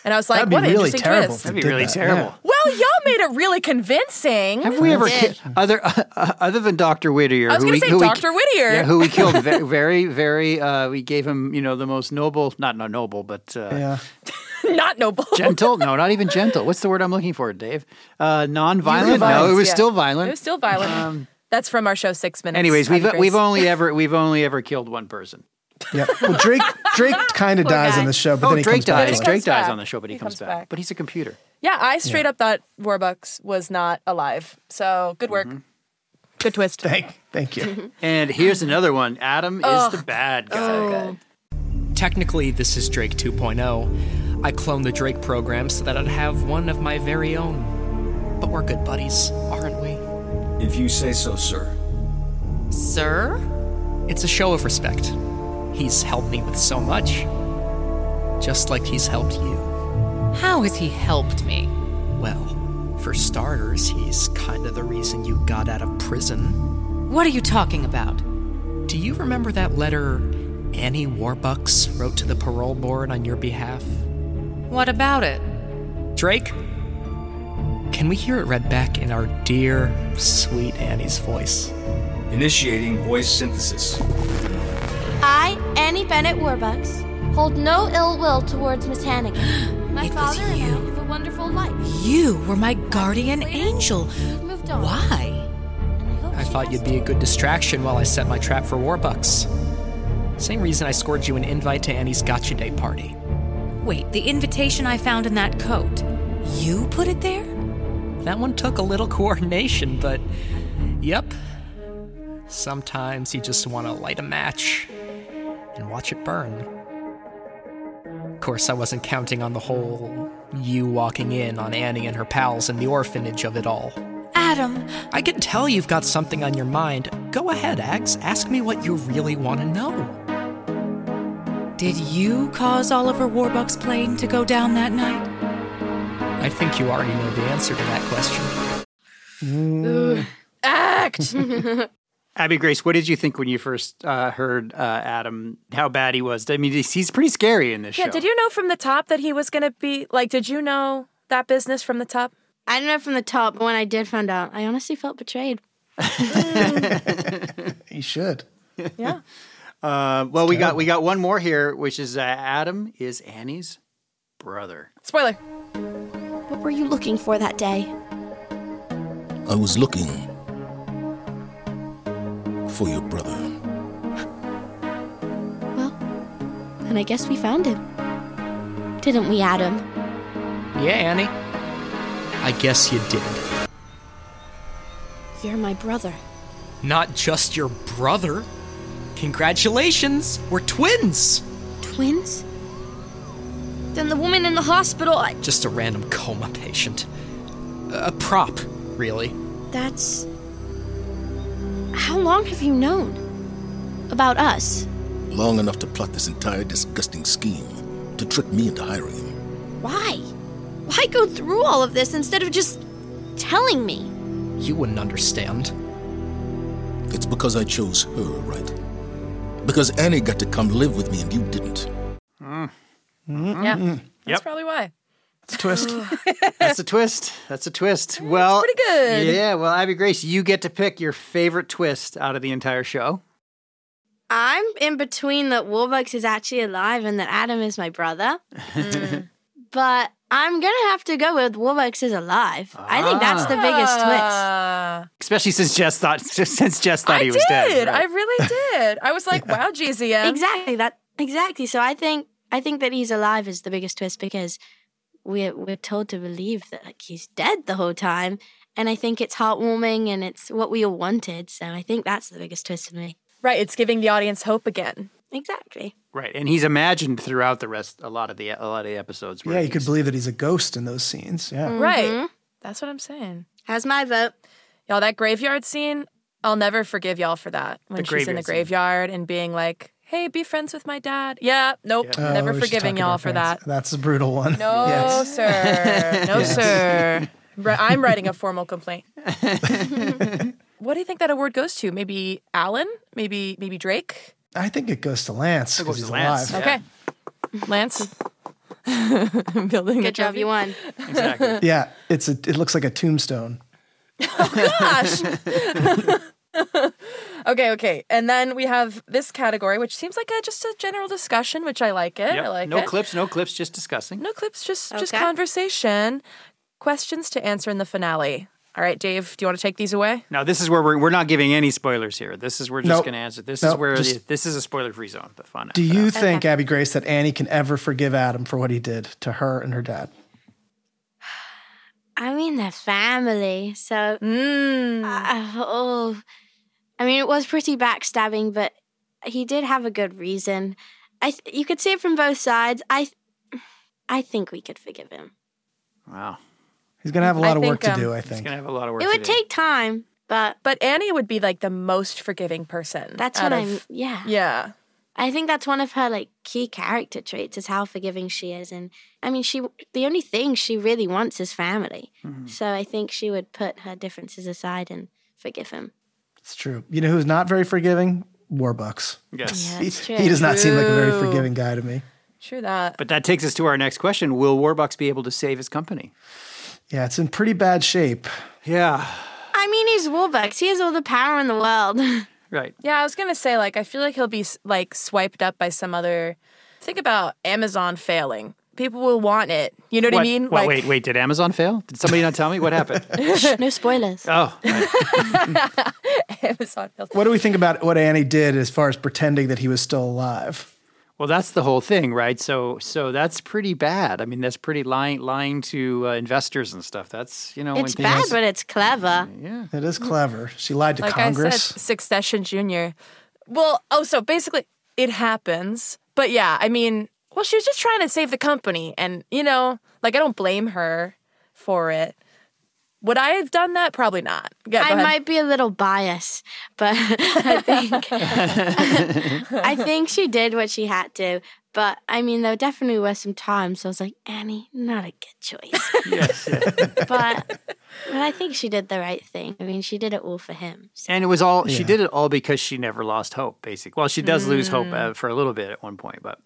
And I was like,
That'd be
what an
really
interesting
terrible
twist.
if they That'd be did really that, terrible.
Well, y'all made it really convincing.
Have we ever ki- other [laughs] uh, other than Doctor Whittier?
I was
who
gonna
we-
say
who we-
Dr. Whittier.
yeah, who we
[laughs]
killed ve- very, very. Uh, we gave him, you know, the most noble, not not noble, but uh,
[laughs] not noble,
gentle. No, not even gentle. What's the word I'm looking for, Dave? Uh, non-violent. No, it was
Yeah.
still violent. Um,
It was still violent. That's from our show Six Minutes.
Anyways,
Ivy
we've
Grace.
we've only ever we've only ever killed one person.
Yeah. Well, Drake
[laughs]
Drake kind of dies on this show, but
oh,
then he
Drake
comes
dies.
back. to it.
Drake dies
back.
on the show, but he, comes, back. But he's a computer.
[laughs] Yeah, I straight up thought Warbucks was not alive. So good work.
Mm-hmm.
Good twist.
Thank, thank you.
and here's another one. Adam
Ugh.
is the bad guy.
Technically, this is Drake 2.0. I cloned the Drake program so that I'd have one of my very own. But we're good buddies, aren't we?
If you say so, sir.
Sir? It's a show of respect. He's helped me with so much. Just like he's helped you.
How has he helped me?
Well, for starters, he's kind of the reason you got out of prison.
What are you talking about?
Do you remember that letter Annie Warbucks wrote to the parole board on your behalf?
What about it?
Drake? Can we hear it read back in our dear, sweet Annie's voice?
Initiating voice synthesis.
I, Annie Bennett Warbucks, hold no ill will towards Miss Hannigan. My
It was
father and I
you.
live a wonderful life.
You were my guardian angel.
We've moved on.
Why?
I thought you'd be a good distraction while I set my trap for Warbucks. Same reason I scored you an invite to Annie's Gotcha Day party.
Wait, the invitation I found in that coat. You put it there?
That one took a little [laughs] coordination, but yep. Sometimes you just want to light a match and watch it burn. Of course, I wasn't counting on the whole you walking in on Annie and her pals and the orphanage of it all.
Adam,
I can tell you've got something on your mind. Go ahead, Axe. Ask me what you really want to know.
did you cause Oliver Warbuck's plane to go down that night?
I think you already know the answer to that question.
Act.
Mm-hmm. [laughs]
Abby Grace, what did you think when you first uh, heard uh, Adam how bad he was? I mean, he's, he's pretty scary in this
yeah,
show.
did you know from the top that he was going to be like, did you know that business from the top?
I don't know from the top, but when I did find out, I honestly felt betrayed.
He should.
Yeah.
[laughs] Uh, well, we got we got one more here, which is uh, Adam is Annie's brother.
Spoiler.
What were you looking for that day?
I was looking for your brother.
And I guess we found him. Didn't we, Adam?
Yeah, Annie. I guess you did.
You're my brother.
Not just your brother. Congratulations, we're twins.
twins? Then the woman in the hospital. I,
Just a random coma patient. A prop, really.
That's. How long have you known about us?
Long enough to plot this entire disgusting scheme to trick me into hiring him.
Why? Why go through all of this instead of just telling me?
You wouldn't understand.
It's because I chose her, right? Because Annie got to come live with me and you didn't.
Mm-hmm. Yeah. That's
Yep.
probably why.
Mm. Mm-hmm. It's a twist. [laughs] That's a twist. That's a twist. Well,
pretty good.
Yeah. Well, Ivy Grace, you get to pick your favorite twist out of the entire show.
I'm in between that Warbucks is actually alive and that Adam is my brother,
Mm.
but I'm gonna have to go with Warbucks is alive. I think that's the biggest twist.
[laughs] Especially since Jess thought [laughs] since Jess thought
I
he
did.
was dead.
I really did. I was
[laughs]
like, wow, GZM.
Exactly that. Exactly. So I think I think that he's alive is the biggest twist because we're we're told to believe that like he's dead the whole time, and I think it's heartwarming and it's what we all wanted. So I think that's the biggest twist for me.
Right. It's giving the audience hope again.
Exactly.
Right, and he's imagined throughout the rest a lot of the a lot of the episodes. Where
Yeah, you
he's-
could believe that he's a ghost in those scenes. Yeah.
Mm-hmm.
Mm-hmm.
Right. That's what I'm saying.
Has my vote.
Y'all, that graveyard scene, I'll never forgive y'all for that. When
The
she's in the
graveyard scene.
graveyard and being like, hey, be friends with my dad. Yeah, nope.
Oh,
never
we should
forgiving
talk about
y'all for
friends.
that.
That's a brutal one.
No,
[laughs] Yes.
sir. No,
Yes.
sir. Ri- I'm writing a formal
[laughs]
complaint. what do you think that award goes to? Maybe Alan? Maybe maybe Drake?
I think it goes to Lance
It
because
goes
he's
to Lance,
alive.
Okay. Lance?
[laughs]
building
Good job, you won. [laughs]
Exactly.
[laughs]
Yeah, it's a, it looks like a tombstone.
gosh.
Oh,
[laughs] okay, okay. And then we have this category, which seems like a, just a general discussion, which I like it.
Yep.
I like
no
it.
clips, no clips, just discussing.
No clips, just just
Okay.
conversation. Questions to answer in the finale. All right, Dave, do you want to take these away?
Now this is where we're, we're not giving any spoilers here. This is we're just
Nope.
going to answer. This is
Nope,
where
just-
the- this is a spoiler free zone. The fun.
Do you think, Abby Grace, that Annie can ever forgive Adam for what he did to her and her dad?
I mean, they're family. So, Uh, oh, I mean, it was pretty backstabbing, but he did have a good reason. I th- you could see it from both sides. I, th- I think we could forgive him.
Wow.
He's going to have a lot
I
of work
think,
to do,
um,
I
He's
think.
gonna have a lot of work.
it would
to do.
take time, but
But Annie would be like the most forgiving person.
that's
out
what
of-
I'm. Yeah,
Yeah.
I think that's one of her like key character traits is how forgiving she is, and I mean, she the only thing she really wants is family.
Mm-hmm.
So I think she would put her differences aside and forgive him.
It's true. You know who's not very forgiving? Warbucks.
Yes.
Yeah,
He,
that's true.
he does not seem like a very
True.
forgiving guy to me.
True that.
But that takes us to our next question: Will Warbucks be able to save his company?
Yeah, it's in pretty bad shape.
Yeah.
I mean, he's Warbucks. He has all the power in the world. [laughs]
Right.
Yeah, I was gonna say like I feel like he'll be s- like swiped up by some other. Think about Amazon failing. People will want it. You know what, I mean?
What,
like,
wait, wait. Did Amazon fail? Did somebody not tell me
[laughs]
what happened?
no spoilers.
Oh, right.
Amazon fails.
What do we think about what Annie did as far as pretending that he was still alive?
well, that's the whole thing, right? So, so that's pretty bad. I mean, that's pretty lying, lying to uh, investors and stuff. That's you know,
It's
when
bad,
things-
but it's clever.
It is clever. She lied to
Like I
Congress.
said, Succession Junior. Well, oh, so basically it happens. But yeah, I mean, well, she was just trying to save the company, and you know, like I don't blame her for it. Would I have done that? Probably not. Yeah, go
I
ahead.
might be a little biased, but [laughs] I think [laughs] I think she did what she had to. But I mean, there definitely were some times I was like, Annie, not a good choice.
Yes, yes.
but but I think she did the right thing. I mean, she did it all for him.
And it was all she did it all because she never lost hope. Basically, well, she does lose hope
Mm.
uh, for a little bit at one point, but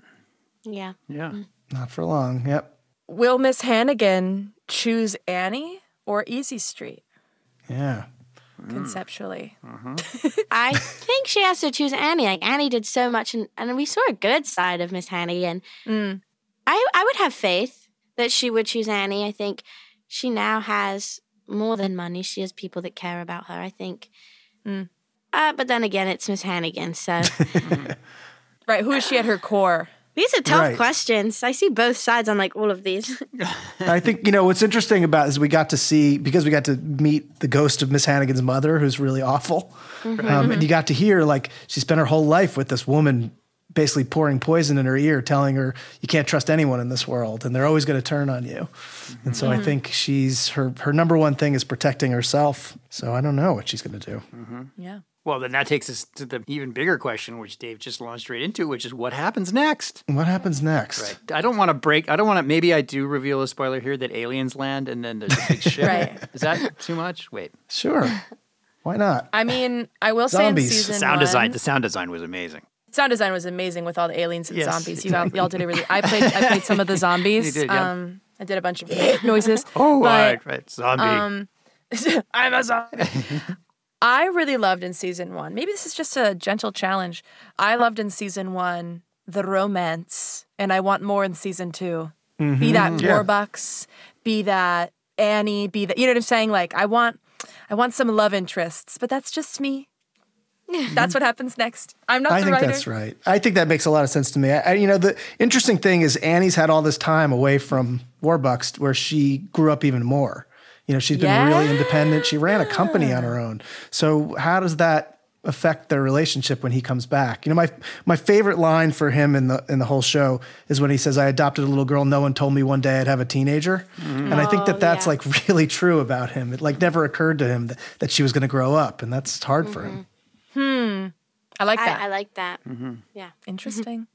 Yeah.
yeah,
Not for long. Yep.
Will Miss Hannigan choose Annie or Easy Street
[laughs] Yeah.
Mm.
conceptually?
I think she has to choose Annie. Like Annie did so much, and, and we saw a good side of Miss Hannigan.
Mm.
I I would have faith that she would choose Annie. I think she now has more than money. She has people that care about her. I think.
Mm.
Uh, but then again, it's Miss Hannigan,
[laughs]
so
Right. Who is she at her core?
these are tough
Right.
questions. I see both sides on like all of these.
I think you know what's interesting about is we got to see because we got to meet the ghost of Miss Hannigan's mother, who's really awful, um, and you got to hear like she spent her whole life with this woman basically pouring poison in her ear, telling her you can't trust anyone in this world, and they're always going to turn on you. And so I
Mhm.
think she's her her number one thing is protecting herself. So I don't know what she's going to do.
Mm-hmm.
Yeah.
Well, then that takes us to the even bigger question, which Dave just launched right into, which is what happens next?
What happens next?
Right. I don't want to break. I don't want to. Maybe I do reveal a spoiler here that aliens land and then there's a big ship.
[laughs] Right.
Is that too much? Wait.
Sure. Why not?
I mean, I will say in season
sound
one,
design. The sound design was amazing.
sound design was amazing with all the aliens and
Yes,
zombies.
[laughs]
You all, y'all did a really. I played. I played some of the zombies.
You did, yeah.
um, I did a bunch of [laughs] noises.
Oh,
but,
right, right. Zombie.
Um, [laughs] I'm a zombie. I really loved in season one. Maybe this is just a gentle challenge. I loved in season one the romance, and I want more in season 2
Mm-hmm.
Be that
Mhm. Yeah.
Warbucks, be that Annie, be that you know what I'm saying. Like I want, I want some love interests, but that's just me. That's what happens next. I'm not
I
the
think
writer.
that's right. I think that makes a lot of sense to me. I, I- you know, the interesting thing is Annie's had all this time away from Warbucks, where she grew up even more. You know, she's been really independent. She ran a company on her own. So how does that affect their relationship when he comes back? You know, my my favorite line for him in the in the whole show is when he says, "I adopted a little girl. No one told me one day I'd have a teenager." And I think
Oh,
that that's
yeah.
like really true about him. It like never occurred to him that, that she was going to grow up, and that's [laughs] hard for him.
Hmm. I like
I-
that.
I like that.
Mm-hmm.
Yeah.
Interesting.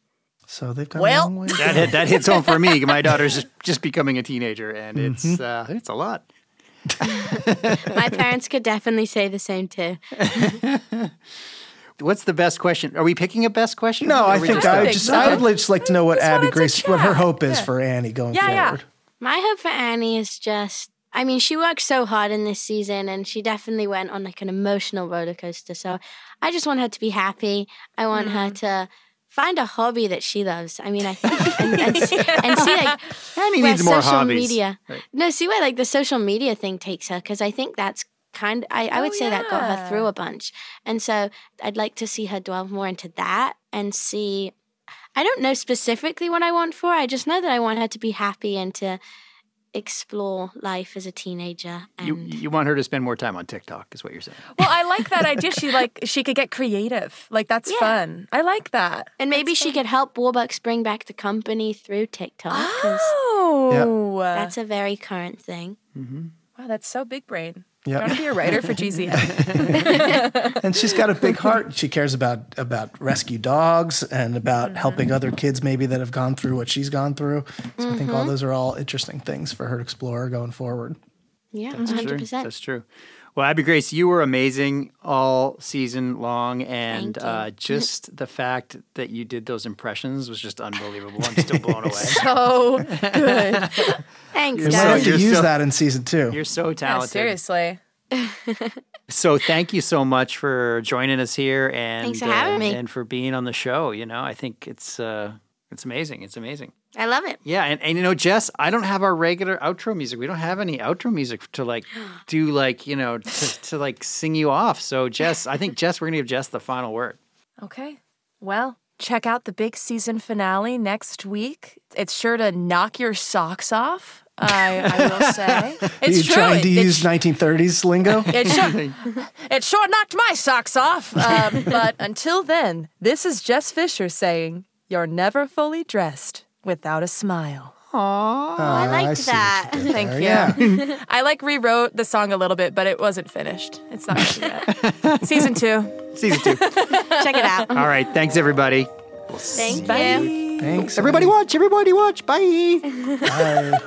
So they've got
Well-
a long way. to
That
go.
hit, that hits home for me. My daughter's just, just becoming a teenager, and it's uh, it's a lot.
My parents could definitely say the same
[laughs]
too.
What's the best question? Are we picking a best question?
No,
Or
I
we
think I would
Okay.
just I would just like to know what Abby Grace what her hope is
Yeah.
for Annie going forward.
My hope for Annie is just I mean, she worked so hard in this season and she definitely went on like an emotional roller coaster. So I just want her to be happy. I want her to find a hobby that she loves. I mean,
[laughs]
I think and, and, s- and see like
Annie
where
needs more
social
hobbies. Uh,
media.
Right.
No, see where like the social media thing takes her because I think that's kind I,
Oh,
I would say that got her through a bunch. And so I'd like to see her delve more into that and see I don't know specifically what I want for. her. I just know that I want her to be happy and to explore life as a teenager. And
You, you want her to spend more time on TikTok, is what you're saying.
Well, I like that
[laughs]
idea. She like she could get creative. Like that's fun. I like that.
and maybe she could help Warbucks bring back the company through TikTok. 'cause
Oh,
that's a very current thing.
Mm-hmm.
wow, that's so big brain.
Yep.
Trying to be a writer for GZM. [laughs]
and she's got a big heart. She cares about about rescue dogs and about helping other kids maybe that have gone through what she's gone through. So I think all
Mhm.
those are all interesting things for her to explore going forward.
[laughs] Yeah,
That's
hundred
true.
percent.
That's true. Well, Abby Grace, you were amazing all season long, and uh, just the fact that you did those impressions was just unbelievable. I'm still blown away.
[laughs]
so good.
Thanks,
You might have to use that in season two.
You're
[laughs]
so
Yeah,
talented.
seriously.
so thank you so much for joining us here and uh,
Thanks for having me.
and for being on the show. You know, I think it's uh, it's amazing. It's amazing.
I love it.
Yeah, and, and you know, Jess, I don't have our regular outro music. We don't have any outro music
[gasps]
to like do like, you know, to, to like sing you off. So Jess, I think Jess, we're gonna give Jess the final word.
Okay. Well, check out the big season finale next week. It's sure to knock your socks off. I, I
[laughs]
will say. It's
you
true.
trying
It-
to
it
use 1930s lingo?
It
[laughs]
[laughs]
sure, it sure knocked my socks off. Um, but until then, this is Jess Fisher saying, You're never fully dressed without a smile.
Aww,
I Ah, I liked
like
see what that. you did
Thank
there,
you. [laughs]
[laughs]
I like rewrote the song a little bit, but it wasn't finished. It's
[laughs]
not finished yet. [laughs] Season two.
Season two.
Check it out.
All right. Thanks everybody.
Thank you.
Thanks.
Everybody watch, everybody watch. Bye.
Bye.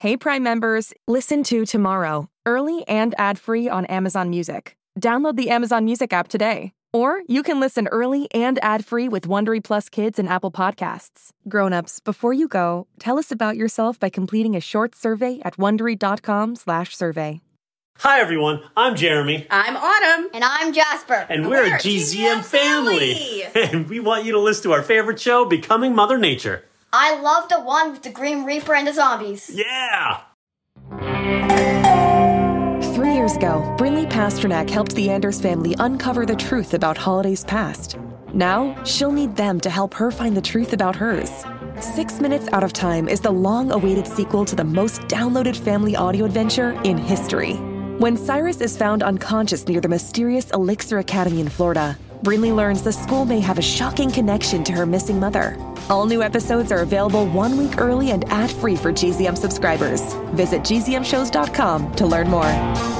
Hey Prime members, listen to Tomorrow, early and ad-free on Amazon Music. Download the Amazon Music app today. Or you can listen early and ad-free with Wondery Plus Kids and Apple Podcasts. Grown-ups, before you go, tell us about yourself by completing a short survey at wondery.com/survey.
Hi, everyone. I'm Jeremy.
I'm Autumn.
And I'm Jasper.
And we're, a GZM, family. [laughs] And we want you to listen to our favorite show, Becoming Mother Nature.
I love the one with the Grim Reaper and the zombies.
Yeah.
Three years ago, Brinley Pasternak helped the Anders family uncover the truth about Holiday's past. Now, she'll need them to help her find the truth about hers. Six Minutes Out of Time is the long awaited sequel to the most downloaded family audio adventure in history. When Cyrus is found unconscious near the mysterious Elixir Academy in Florida, Brinley learns the school may have a shocking connection to her missing mother. All new episodes are available one week early and ad free for GZM subscribers. Visit gzmshows.com to learn more.